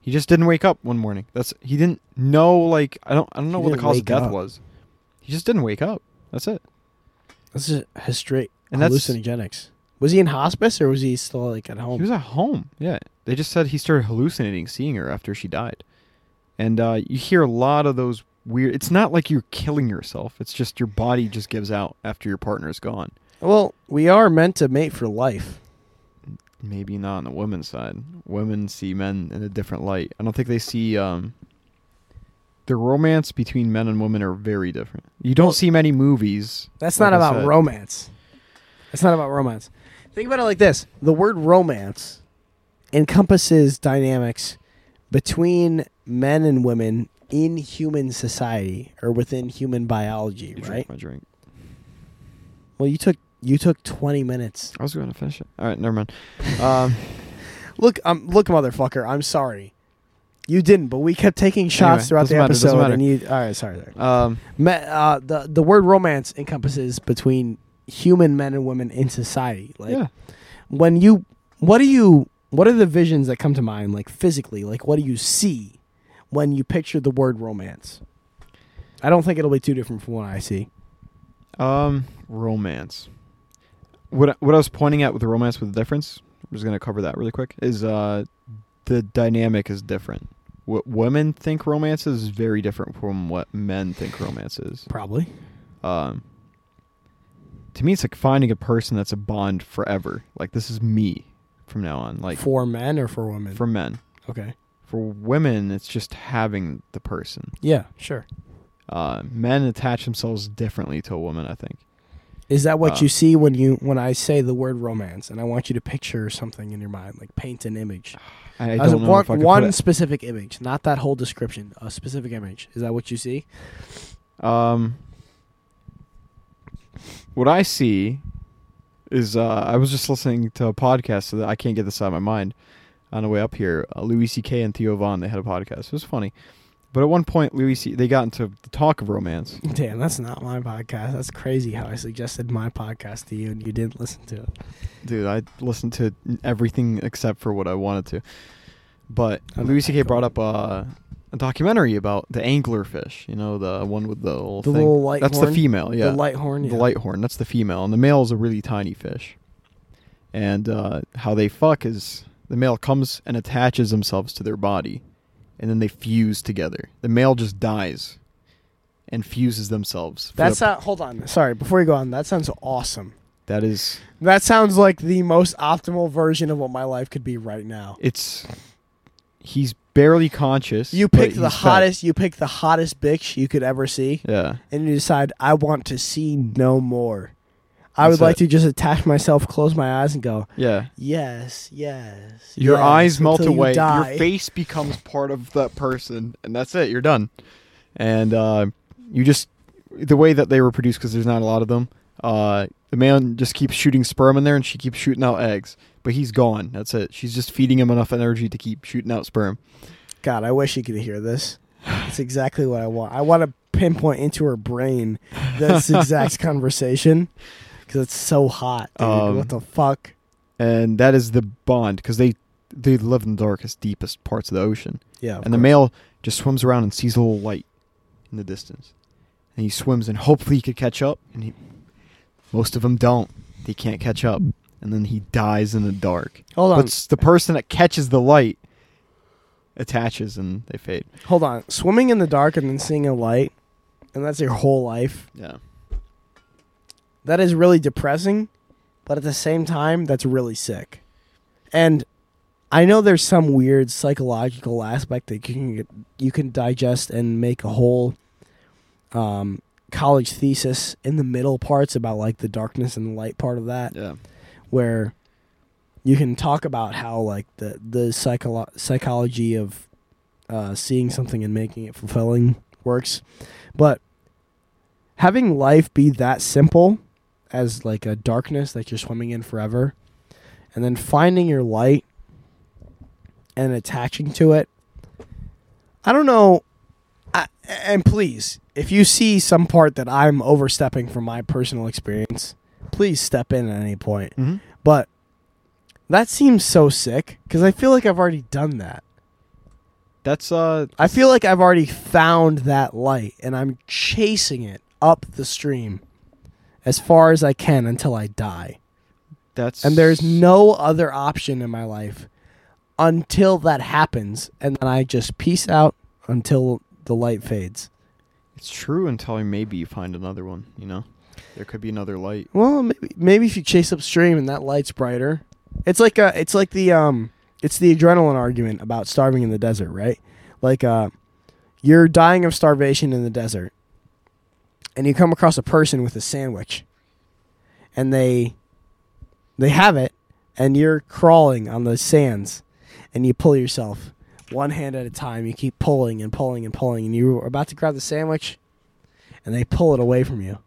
S1: He just didn't wake up one morning. That's he didn't know like I don't I don't know
S2: He
S1: what the
S2: didn't
S1: cause
S2: wake
S1: of death
S2: up.
S1: was. He just didn't wake up. That's it.
S2: This is history
S1: And that's-
S2: hallucinogenics. Was he in hospice or was he still like at home?
S1: He was at home. Yeah. They just said he started hallucinating seeing her after she died. And uh, you hear a lot of those weird it's not like you're killing yourself. It's just your body just gives out after your partner is gone.
S2: well, we are meant to mate for life.
S1: Maybe not on the women's side. Women see men in a different light. I don't think they see um the romance between men and women are very different. You don't see many movies.
S2: That's
S1: like
S2: not
S1: I
S2: about
S1: said.
S2: romance. That's not about romance. Think about it like this: the word romance encompasses dynamics between men and women in human society or within human biology,
S1: You drink
S2: right?
S1: my drink.
S2: Well, you took you took twenty minutes.
S1: I was going to finish it. All right, never mind. Um,
S2: Look, um, look, motherfucker. I'm sorry. You didn't, but we kept taking shots
S1: Anyway,
S2: throughout
S1: doesn't
S2: the
S1: matter, doesn't
S2: episode,
S1: matter.
S2: and you. All right, sorry. sorry.
S1: um,
S2: Ma- uh, the the word romance encompasses between human men and women in society. Like
S1: yeah.
S2: when you, what do you, what are the visions that come to mind? Like physically, like what do you see when you picture the word romance? I don't think it'll be too different from what I see.
S1: Um, romance. What I- what I was pointing at with the romance with the difference, I'm just gonna cover that really quick. Is uh, the dynamic is different. What women think romance is very different from what men think romance is.
S2: Probably.
S1: Um, to me, it's like finding a person that's a bond forever. Like this is me from now on. Like
S2: for men or for women?
S1: for men.
S2: okay.
S1: For women, it's just having the person.
S2: Yeah, sure.
S1: Uh, men attach themselves differently to a woman. I think.
S2: Is that what
S1: Uh,
S2: you see when you when I say the word romance and I want you to picture something in your mind, like paint an image?
S1: I, I
S2: As
S1: don't
S2: in
S1: know
S2: one,
S1: if I could
S2: one
S1: put it-
S2: specific image, not that whole description. A specific image. Is that what you see?
S1: Um, what I see is uh, I was just listening to a podcast so that I can't get this out of my mind on the way up here. Uh, Louis C.K. and Theo Vaughn they had a podcast. It was funny, but at one point Louis C. they got into the talk of romance.
S2: Damn, that's not my podcast. That's crazy how I suggested my podcast to you and you didn't listen to it.
S1: Dude, I listened to everything except for what I wanted to. But
S2: I know
S1: Louis
S2: that
S1: C.K.
S2: going.
S1: brought up uh, a documentary about the anglerfish. You know, the one with the little
S2: The
S1: thing.
S2: little light
S1: That's
S2: horn?
S1: the female. Yeah,
S2: The light horn.
S1: the
S2: yeah.
S1: light horn. That's the female, and the male is a really tiny fish. And uh, how they fuck is the male comes and attaches themselves to their body, and then they fuse together. The male just dies, and fuses themselves. for
S2: That's
S1: the-
S2: not. Hold on. Sorry, before you go on, that sounds awesome.
S1: that is
S2: That sounds like the most optimal version of what my life could be right now.
S1: it's. He's barely conscious.
S2: You
S1: but
S2: pick the
S1: he's fed.
S2: hottest. You pick the hottest bitch you could ever see,
S1: Yeah,
S2: and you decide I want to see no more. I
S1: That's
S2: would like
S1: it.
S2: to just attach myself, close my eyes, and go.
S1: yeah.
S2: Yes, yes.
S1: Your
S2: yes,"
S1: eyes melt
S2: until you
S1: away.
S2: die.
S1: Your face becomes part of that person, and that's it. You're done. And uh, you just the way that they were produced because there's not a lot of them. Uh, the man just keeps shooting sperm in there, and she keeps shooting out eggs. But he's gone. That's it. She's just feeding him enough energy to keep shooting out sperm.
S2: God, I wish you could hear this. It's exactly what I want. I want to pinpoint into her brain this exact conversation because it's so hot. Dude.
S1: Um,
S2: what the fuck?
S1: And that is the bond because they they live in the darkest, deepest parts of the ocean.
S2: Yeah. of
S1: and the
S2: course.
S1: male just swims around and sees a little light in the distance, and he swims and hopefully he could catch up. And he, most of them don't. They can't catch up, and then he dies in the dark.
S2: Hold
S1: But
S2: on.
S1: it's the person that catches the light attaches, and they fade.
S2: Hold on. Swimming in the dark and then seeing a light, and that's your whole life.
S1: Yeah,
S2: That is really depressing, but at the same time, that's really sick. And I know there's some weird psychological aspect that you can get, you can digest and make a whole um, college thesis in the middle parts about like the darkness and the light part of that,
S1: yeah,
S2: where you can talk about how like the the psycholo- psychology of uh, seeing something and making it fulfilling works, but having life be that simple as like a darkness that you're swimming in forever, and then finding your light and attaching to it. I don't know. I, and please, if you see some part that I'm overstepping from my personal experience, please step in at any point.
S1: mm-hmm.
S2: But that seems so sick because I feel like I've already done that.
S1: That's uh,
S2: I feel like I've already found that light and I'm chasing it up the stream as far as I can until I die.
S1: that's
S2: And there's no other option in my life until that happens. And then I just peace out until the light fades.
S1: It's true until maybe you find another one. You know, there could be another light.
S2: Well, maybe maybe if you chase upstream and that light's brighter, it's like uh it's like the um it's the adrenaline argument about starving in the desert, right? Like uh, you're dying of starvation in the desert, and you come across a person with a sandwich, and they they have it, and you're crawling on the sands, and you pull yourself one hand at a time. You keep pulling and pulling and pulling, and you're about to grab the sandwich, and they pull it away from you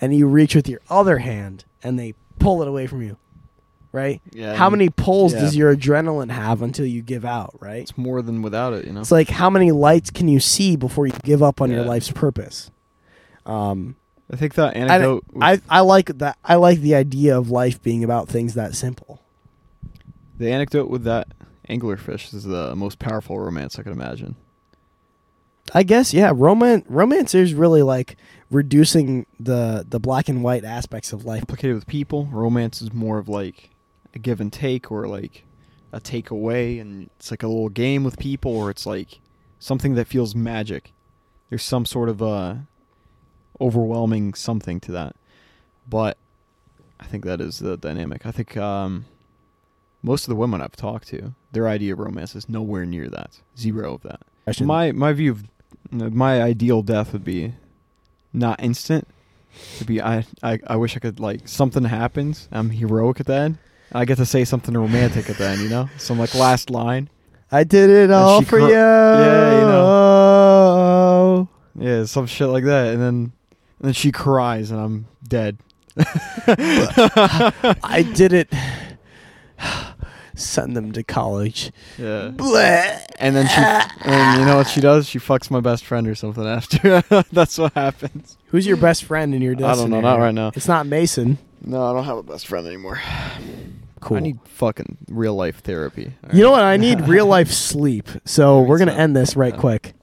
S2: and you reach with your other hand and they pull it away from you, right?
S1: Yeah,
S2: How
S1: and-
S2: many pulls
S1: yeah.
S2: does your adrenaline have until you give out, right?
S1: It's more than without it, you know.
S2: It's like how many lights can you see before you give up on your
S1: Yeah.
S2: life's purpose? Um,
S1: I think that
S2: and
S1: anecdote.
S2: I, I like that. I like the idea of life being about things that simple.
S1: the anecdote with that anglerfish is the most powerful romance I could imagine.
S2: I guess yeah, romance romance is really like reducing the the black and white aspects of life.
S1: Complicated with people, romance is more of like a give and take, or like a take away, and it's like a little game with people, or it's like something that feels magic. There's some sort of uh, overwhelming something to that, but I think that is the dynamic. I think um, most of the women I've talked to, their idea of romance is nowhere near that, zero of that. My my view of my ideal death would be not instant. It'd be I, I I wish I could like something happens. I'm heroic at the end. I get to say something romantic at the end, you know, some like last line.
S2: I did it all
S1: she
S2: for
S1: cur-
S2: you.
S1: Yeah, you
S2: know.
S1: Yeah, some shit like that, and then and then she cries, and I'm dead.
S2: I did it. Send them to college.
S1: Yeah,
S2: Bleh.
S1: and then she and you know what she does? She fucks my best friend or something after. That's what happens.
S2: Who's your best friend in your
S1: I
S2: destiny?
S1: don't know, not right now.
S2: It's not Mason.
S1: No, I don't have a best friend anymore.
S2: Cool.
S1: I need fucking real life therapy.
S2: you know what? I need real life sleep. So
S1: Alright,
S2: we're gonna
S1: so-
S2: end this right
S1: yeah.
S2: quick.